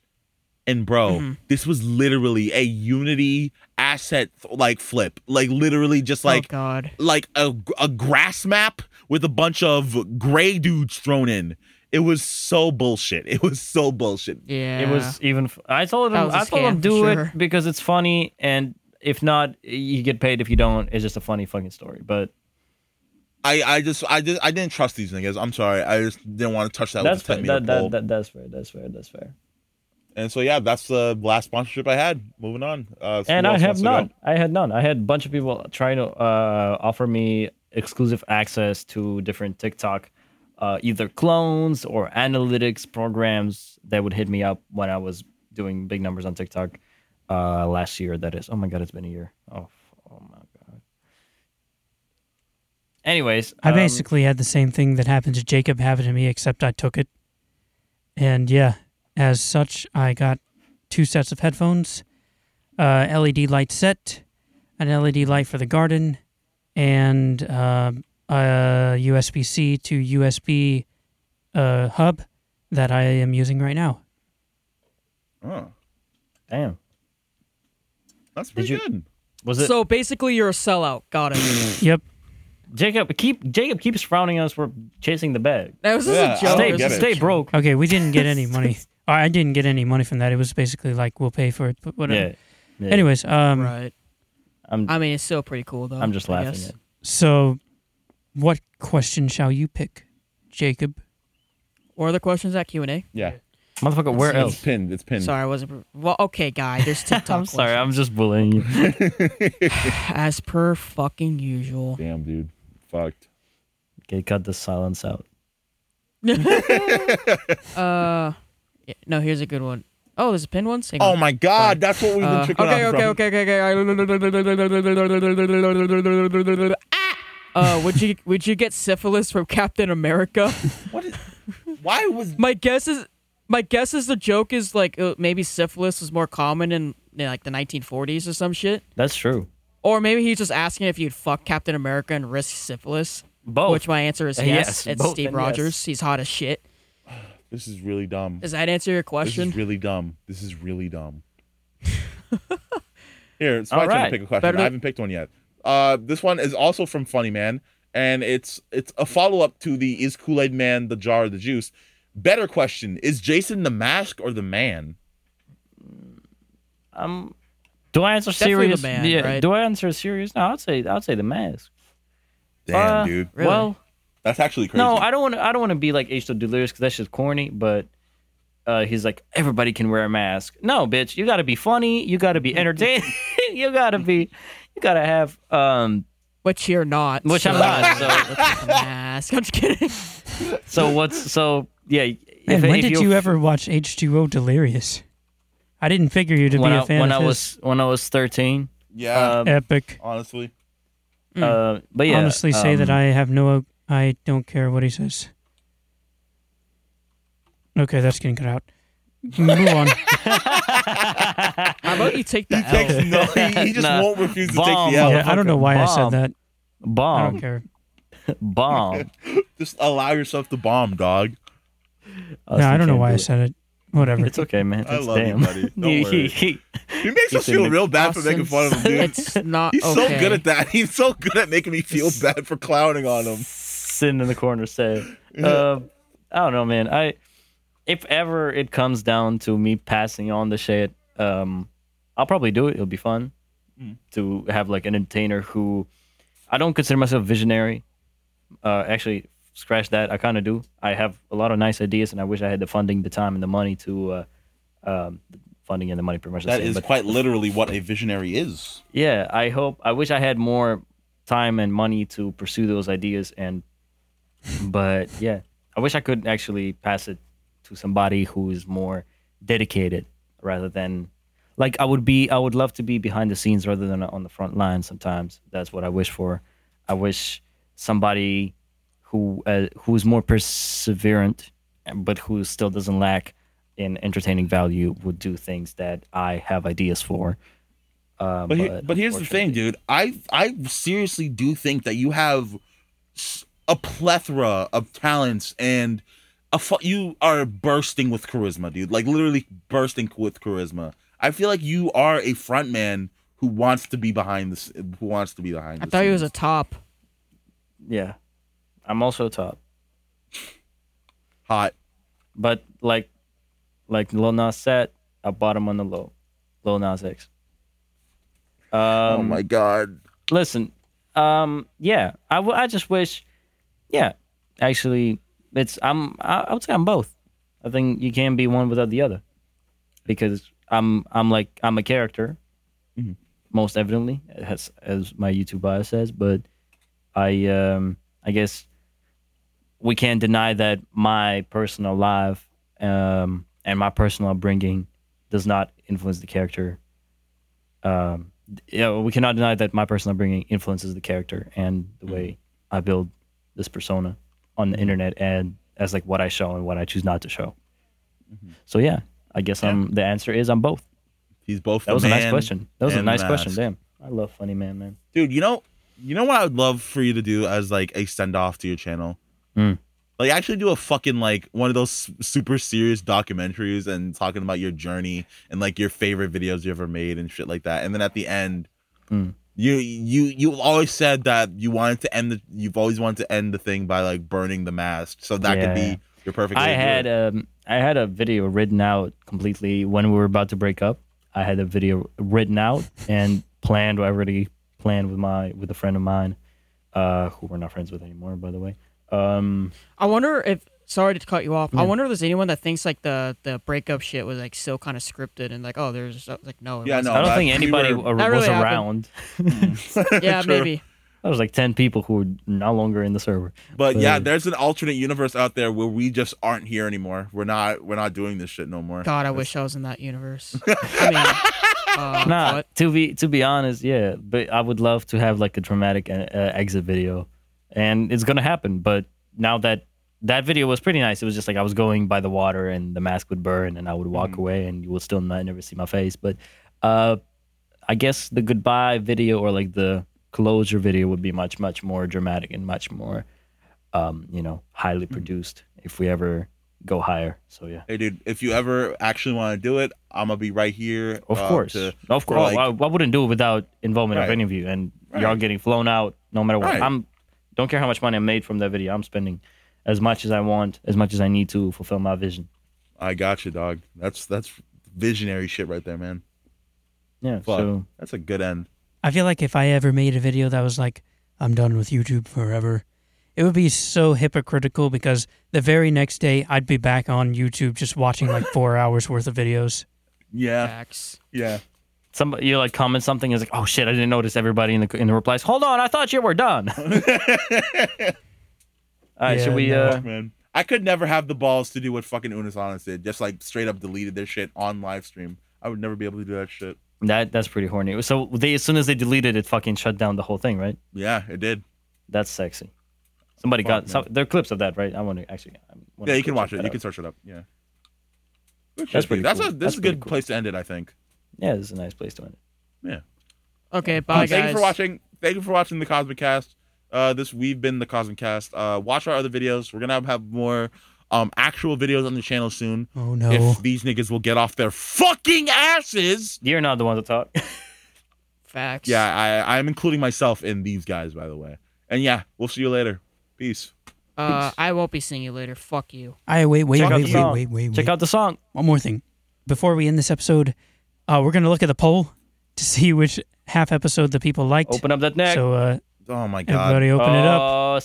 S1: and bro,
S2: Mm-hmm.
S1: this was literally a Unity asset like flip, like literally just
S2: oh
S1: like
S2: God.
S1: like a a grass map with a bunch of gray dudes thrown in. It was so bullshit. It was so bullshit.
S2: Yeah.
S4: It was even. f- I told
S2: That
S4: him.
S2: was a
S4: I told
S2: scam
S4: him
S2: for
S4: do
S2: sure.
S4: it because it's funny, and if not, you get paid. If you don't, it's just a funny fucking story. But
S1: I I just I just I didn't trust these niggas. I'm sorry. I just didn't want to touch that
S4: that's
S1: with a
S4: fair.
S1: ten meter
S4: That,
S1: pole.
S4: that, that, that's fair. That's fair. That's fair.
S1: And so yeah, that's the last sponsorship I had. Moving on. Uh, so
S4: And
S1: who
S4: I
S1: else
S4: have
S1: wants to go?
S4: none. I had none. I had a bunch of people trying to uh, offer me exclusive access to different TikTok, uh, either clones or analytics programs that would hit me up when I was doing big numbers on TikTok uh, last year. That is. Oh my god, it's been a year. Oh, f- oh my god. Anyways,
S3: I
S4: um,
S3: basically had the same thing that happened to Jacob happened to me, except I took it. And yeah, As such, I got two sets of headphones, uh, LED light set, an LED light for the garden, and uh, a USB C to USB uh, hub that I am using right now.
S1: Oh,
S4: Damn.
S1: that's pretty
S4: you-
S1: good.
S4: Was it
S2: so basically, you're a sellout. Got
S1: (laughs)
S2: it.
S3: Yep.
S4: Jacob? Keep Jacob keeps frowning us for chasing the bag.
S2: that was just
S1: Yeah, I
S2: a joke.
S1: don't
S4: Stay,
S2: It was
S1: get
S2: just-
S4: stay broke.
S3: Okay, we didn't get any money. I didn't get any money from that. It was basically like we'll pay for it, but whatever.
S4: Yeah. yeah.
S3: Anyways, um,
S2: Right.
S4: I'm-
S2: I mean, it's still pretty cool though.
S4: I'm just
S2: I
S4: laughing.
S2: guess.
S4: At
S3: so what question shall you pick, Jacob?
S2: Or the questions at Q and A.
S1: Yeah,
S4: Motherfucker, where
S1: it's
S4: else?
S1: pinned. It's pinned.
S2: Sorry, I wasn't. pre- Well, okay, guy. There's
S4: (laughs)
S2: TikTok.
S4: I'm sorry.
S2: questions.
S4: I'm just bullying you.
S2: As per fucking usual.
S1: Damn, dude, fucked.
S4: Okay, cut the silence out.
S2: Uh, yeah, no. Here's a good one. Oh, there's a pinned one. Hang
S1: Oh
S2: on.
S1: my God, that's what we've been
S2: Uh,
S1: tricking
S2: okay,
S1: out
S2: okay,
S1: from.
S2: okay, okay, okay. Ah! Uh, would you would you get syphilis from Captain America?
S4: (laughs)
S1: What is, why was
S2: my guess is my guess is the joke is like uh, maybe syphilis was more common in you know, like the 1940s or some shit,
S4: That's true.
S2: or maybe he's just asking if you'd fuck Captain America and risk syphilis.
S4: Both.
S2: Which my answer is
S4: Uh,
S2: yes.
S4: yes,
S2: it's
S4: both
S2: Steve
S4: and
S2: Rogers.
S4: yes.
S2: He's hot as shit.
S1: this is really dumb.
S2: Does that answer your
S1: This
S2: question?
S1: is really dumb. This is really dumb. (laughs) Here, it's
S4: All
S1: my turn to
S4: right.
S1: pick a question.
S2: Better
S1: I
S2: be-
S1: haven't picked one yet. Uh, this one is also from Funny Man, and it's it's a follow up to the "Is Kool Aid Man the jar of the juice?" Better question: Is Jason the mask or the man?
S4: Um, do I answer
S2: Definitely the
S4: serious?
S2: man,
S4: yeah.
S2: right?
S4: Do I answer serious? No, I'd say I'd say the mask.
S1: Damn,
S4: Uh,
S1: dude,
S2: Really?
S4: Well,
S1: that's actually crazy.
S4: no, I don't want to. I don't want to be like H. O. Delirious because that's just corny. But uh, he's like, everybody can wear a mask. No, bitch, you got to be funny. You got to be entertaining. (laughs) you got to be. You got to have. Um,
S2: Which you're not.
S4: which I'm
S2: so-
S4: not. So,
S3: (laughs)
S2: Mask. I'm just
S4: (laughs)
S2: kidding.
S4: so what's so yeah?
S3: Man,
S4: if-
S3: when
S4: if
S3: did
S4: you're-
S3: you ever watch H2O Delirious? I didn't figure you to
S4: When
S3: be
S4: I,
S3: a fan
S4: when I
S3: of
S4: was
S3: his
S4: when I was thirteen.
S1: yeah,
S4: Um,
S3: epic.
S1: honestly,
S4: uh, but yeah,
S3: Hmm. Honestly, say that
S4: um,
S3: I have no. I don't care what he says. Okay, that's getting cut out.
S4: (laughs)
S3: Move on.
S2: How about you take the
S1: he
S2: L?
S1: takes no. (laughs) He, he just
S4: Nah.
S1: won't refuse to
S4: Bomb.
S1: take the L.
S3: yeah, I don't know why I said
S4: Bomb.
S3: that. I don't
S4: bomb
S3: care.
S4: bomb.
S1: Just allow yourself to bomb, dog.
S4: I
S3: no, I
S4: still
S3: don't
S4: can't
S3: know why
S4: do
S3: I
S4: it.
S3: said it.
S4: (laughs)
S3: Whatever.
S4: It's okay, man.
S1: I
S4: It's
S1: love you,
S4: damn. (laughs)
S1: buddy. Don't
S4: He-
S1: worry.
S4: he- he-
S1: He makes us
S4: He's in
S1: feel
S4: the
S1: real bad for making fun of him, dude.
S2: It's not
S1: He's
S2: okay.
S1: so good at that. (laughs) He's so good at making me feel bad for clowning on him.
S4: sitting in the corner saying, uh, I don't know, man. I if ever it comes down to me passing on the shit, um, I'll probably do it. It'll be fun
S1: Mm.
S4: to have like an entertainer who I don't consider myself visionary. Uh, actually, scratch that. I kind of do. I have a lot of nice ideas, and I wish I had the funding, the time, and the money to. Uh, um, funding and the money, pretty much. the
S1: That
S4: same,
S1: is
S4: but-
S1: quite literally what a visionary is.
S4: yeah i hope i wish i had more time and money to pursue those ideas and but yeah i wish i could actually pass it to somebody who is more dedicated rather than like i would be i would love to be behind the scenes rather than on the front line sometimes that's what i wish for i wish somebody who uh, who is more perseverant but who still doesn't lack in entertaining value would do things that i have ideas for um,
S1: But, he- but here's the thing, dude. I I seriously do think that you have s- a plethora of talents and a fu- you are bursting with charisma, dude. Like literally bursting with charisma. I feel like you are a front man who wants to be behind this. Who wants to be behind?
S2: I
S1: the
S2: thought he was a
S1: scenes.
S2: top.
S4: Yeah, I'm also top,
S1: hot.
S4: but like, like Lil Nas set, I bought him on the low, Lil Nas X. Um,
S1: oh my god.
S4: listen, um, yeah, I, w- I just wish, yeah, actually, it's I'm I, I would say I'm both. I think you can't be one without the other, because I'm I'm like I'm a character, most evidently, as as my YouTube bio says. But I um I guess we can't deny that my personal life um and my personal upbringing does not influence the character um, you know, we cannot deny that my personal upbringing influences the character and the
S1: Mm-hmm.
S4: way I build this
S1: Mm-hmm.
S4: persona on the internet and as like what I show and what I choose not to show. So yeah, I guess I'm. The answer is I'm both.
S1: He's both.
S4: That
S1: the
S4: was a nice
S1: man
S4: question. That was a
S1: and the
S4: nice question.
S1: mask.
S4: Damn, I love funny man, man.
S1: dude. You know, you know what I would love for you to do as like a send off to your channel.
S4: Mm.
S1: Like actually do a fucking like one of those su- super serious documentaries and talking about your journey and like your favorite videos you ever made and shit like that. And then at the end,
S4: Mm.
S1: you you you've always said that you wanted to end the you've always wanted to end the thing by like burning the mask. So that could
S4: Yeah.
S1: be your perfect. way
S4: I
S1: to do
S4: had
S1: it.
S4: um, I had a video written out completely when we were about to break up. I had a video written
S1: (laughs)
S4: out and planned. I already planned with my with a friend of mine, uh, who we're not friends with anymore, by the way. Um,
S2: I wonder if. Sorry to cut you off.
S4: Mm.
S2: I wonder if there's anyone that thinks like the the breakup shit was like still kind of scripted and like oh there's like no it
S1: Yeah,
S2: wasn't.
S1: no,
S4: I don't
S1: that-
S4: think
S1: we
S4: anybody
S1: Oh, were-
S4: ar-
S2: That
S4: was
S2: really happened.
S1: (laughs)
S4: around.
S2: yeah
S1: True.
S2: maybe
S4: That was like ten people who were no longer in the server.
S1: But
S4: But-
S1: yeah, there's an alternate universe out there where we just aren't here anymore. We're not we're not doing this shit no more.
S2: God I wish I was in
S1: (laughs)
S2: that universe. I mean, uh,
S4: (laughs) Nah,
S2: but-
S4: to be to be honest, yeah. But I would love to have like a dramatic uh, uh, exit video, and it's gonna happen. But now that that video was pretty nice, it was just like I was going by the water, and the mask would burn, and I would walk away, and you would still not never see my face. But uh, I guess the goodbye video or like the closure video would be much much more dramatic and much more, um, you know, highly produced if we ever go higher. So yeah.
S1: Hey, dude, if you ever actually want to do it, I'm gonna be right here.
S4: Of
S1: uh,
S4: course,
S1: to-
S4: of course.
S1: like-
S4: I, I wouldn't do it without involvement of
S1: Right.
S4: any of you, and y'all
S1: Right.
S4: getting flown out no matter what.
S1: Right.
S4: I'm don't care how much money I made from that video. I'm spending as much as I want, as much as I need to fulfill my vision.
S1: I got you, dog. That's that's visionary shit right there, man.
S4: Yeah.
S1: Fuck,
S4: So
S1: that's a good end.
S3: I feel like if I ever made a video that was like, I'm done with YouTube forever, it would be so hypocritical because the very next day I'd be back on YouTube just watching (laughs) like four hours worth of videos.
S1: Yeah,
S2: facts.
S1: yeah.
S4: some you like comment something is like, oh shit, I didn't notice everybody in the in the replies. Hold on, I thought you
S1: (laughs)
S4: were done. All right,
S3: Yeah,
S4: should we?
S3: no.
S4: Uh,
S1: man. I could never have the balls to do what fucking Unis Honest did. Just like straight up deleted their shit on live stream. I would never be able to do that shit.
S4: that that's pretty horny. So they as soon as they deleted it, fucking shut down the whole thing, right?
S1: Yeah, it did.
S4: That's sexy. Somebody
S1: Fuck,
S4: got
S1: man.
S4: some. There are clips of that, right? I want to actually. I wanna
S1: Yeah, you can
S4: check
S1: watch
S4: that
S1: it. You
S4: out.
S1: can search it up. Yeah. Good
S4: That's
S1: shit,
S4: pretty
S1: dude. That's
S4: cool.
S1: a this
S4: That's
S1: is a
S4: pretty
S1: good
S4: cool.
S1: place to end it. I think.
S4: Yeah, this is a nice place to end it.
S1: Yeah.
S2: Okay, bye
S1: Um,
S2: guys.
S1: Thank you for watching. Thank you for watching the Cosmic Cast. Uh, this we've been the Cosmic Cast. Uh, watch our other videos. We're gonna have more um actual videos on the channel soon.
S3: Oh no.
S1: If these niggas will get off their fucking asses.
S4: You're not the one to
S3: (laughs)
S4: talk.
S2: Facts.
S1: Yeah, I I'm including myself in these guys, by the way. And yeah, we'll see you later. Peace.
S2: Uh, I won't be seeing you later. Fuck you.
S3: I wait, wait,
S4: Check out
S3: wait,
S4: the
S3: wait,
S4: song.
S3: wait, wait, wait.
S4: Check out the song.
S3: One more thing. Before we end this episode, uh, we're gonna look at the poll to see which half episode the people liked.
S4: Open up that neck.
S3: so uh,
S1: Oh my god.
S3: everybody, open it up.
S4: Oh,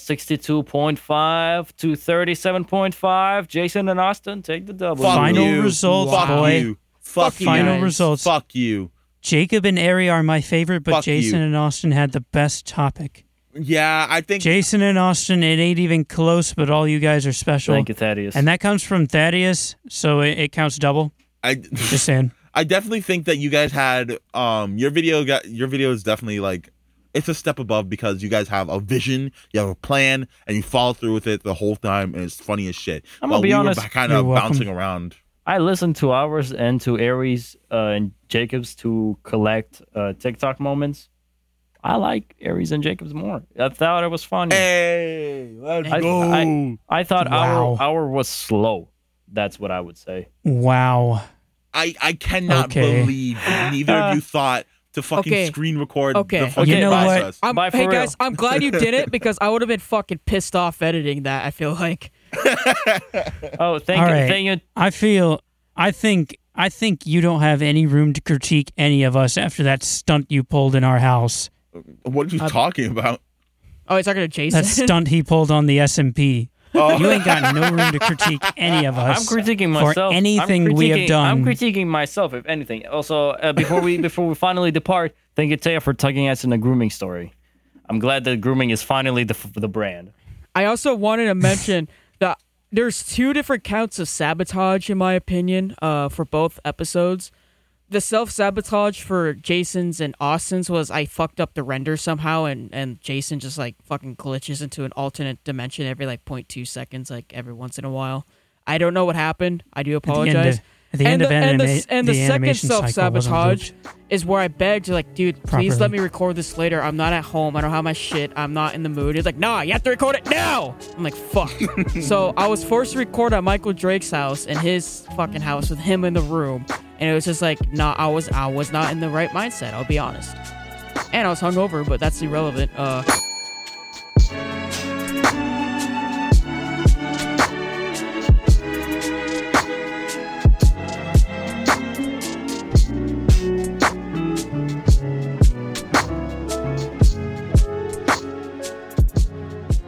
S4: 62.5 to 37.5. Jason and Austin take the double.
S1: Fuck
S3: Final
S1: you.
S3: results,
S1: Fuck
S3: boy.
S1: you. Fuck,
S4: Oh,
S2: Fuck
S1: you.
S3: Final
S2: guys.
S3: results.
S1: Fuck you.
S3: Jacob and Ari are my favorite, but
S1: Fuck you.
S3: Jason and Austin had the best topic.
S1: Yeah, I think
S3: Jason and Austin, it ain't even close, but all you guys are special.
S4: Thank you, Thaddeus.
S3: And that comes from Thaddeus, so it, it counts double.
S1: I
S3: Just saying.
S1: I definitely think that you guys had um your video got your video is definitely like it's a step above because you guys have a vision, you have a plan, and you follow through with it the whole time, and it's funny as shit.
S4: I'm gonna
S1: While
S4: be
S1: we
S4: honest-
S1: were kind
S3: You're
S1: of
S3: welcome.
S1: bouncing around.
S4: I listened to ours and to Aries uh, and Jacobs to collect uh, TikTok moments. I like Aries and Jacobs more. I thought it was funny.
S1: Hey, let's
S4: I, I, I thought
S3: Wow.
S4: our our was slow. That's what I would say.
S3: Wow.
S1: I I cannot
S3: Okay.
S1: believe neither of you thought to fucking
S2: Okay.
S1: screen record
S2: Okay.
S1: the fucking
S3: You know what?
S1: process.
S2: I'm,
S4: Bye for
S2: hey
S4: real.
S2: guys, I'm glad you did
S4: (laughs)
S2: it because I would have been fucking pissed off editing that. I feel like
S4: Oh, thank
S3: All
S4: you,
S3: right.
S4: thank you,
S3: I feel. I think. I think you don't have any room to critique any of us after that stunt you pulled in our house.
S1: What are you talking about?
S2: oh, he's talking to Jason.
S4: (laughs)
S2: (laughs)
S3: That stunt he pulled on the SMP. You ain't got no room to critique any of us.
S4: Oh. I'm critiquing myself
S3: for
S4: I'm
S3: anything we
S4: critiquing-
S3: have done.
S4: I'm critiquing myself, if anything. Also, uh, before we before we finally depart, thank you Taya for tugging us in the grooming story. I'm glad that grooming is finally the f- the brand.
S2: I also wanted to
S3: (laughs)
S2: mention that there's two different counts of sabotage, in my opinion, uh, for both episodes. The self sabotage for Jason's and Austin's was I fucked up the render somehow, and, and Jason just like fucking glitches into an alternate dimension every like 0.2 seconds, like every once in a while. I don't know what happened. I do
S3: At the end
S2: apologize.
S3: of- At the end
S2: and
S3: of
S2: the, and the,
S3: anima-
S2: s- and the, second
S3: animation cycle
S2: self
S3: wasn't
S2: sabotage
S3: looped.
S2: is where I begged, like, dude,
S3: Properly.
S2: please let me record this later. I'm not at home. I don't have my shit. I'm not in the mood. He's like, nah, you have to record it now. I'm like, fuck. so I was forced to record at Michael Drake's house in his fucking house with him in the room, and it was just like, nah, I was I was not in the right mindset. I'll be honest, and I was hungover, but that's irrelevant. Uh,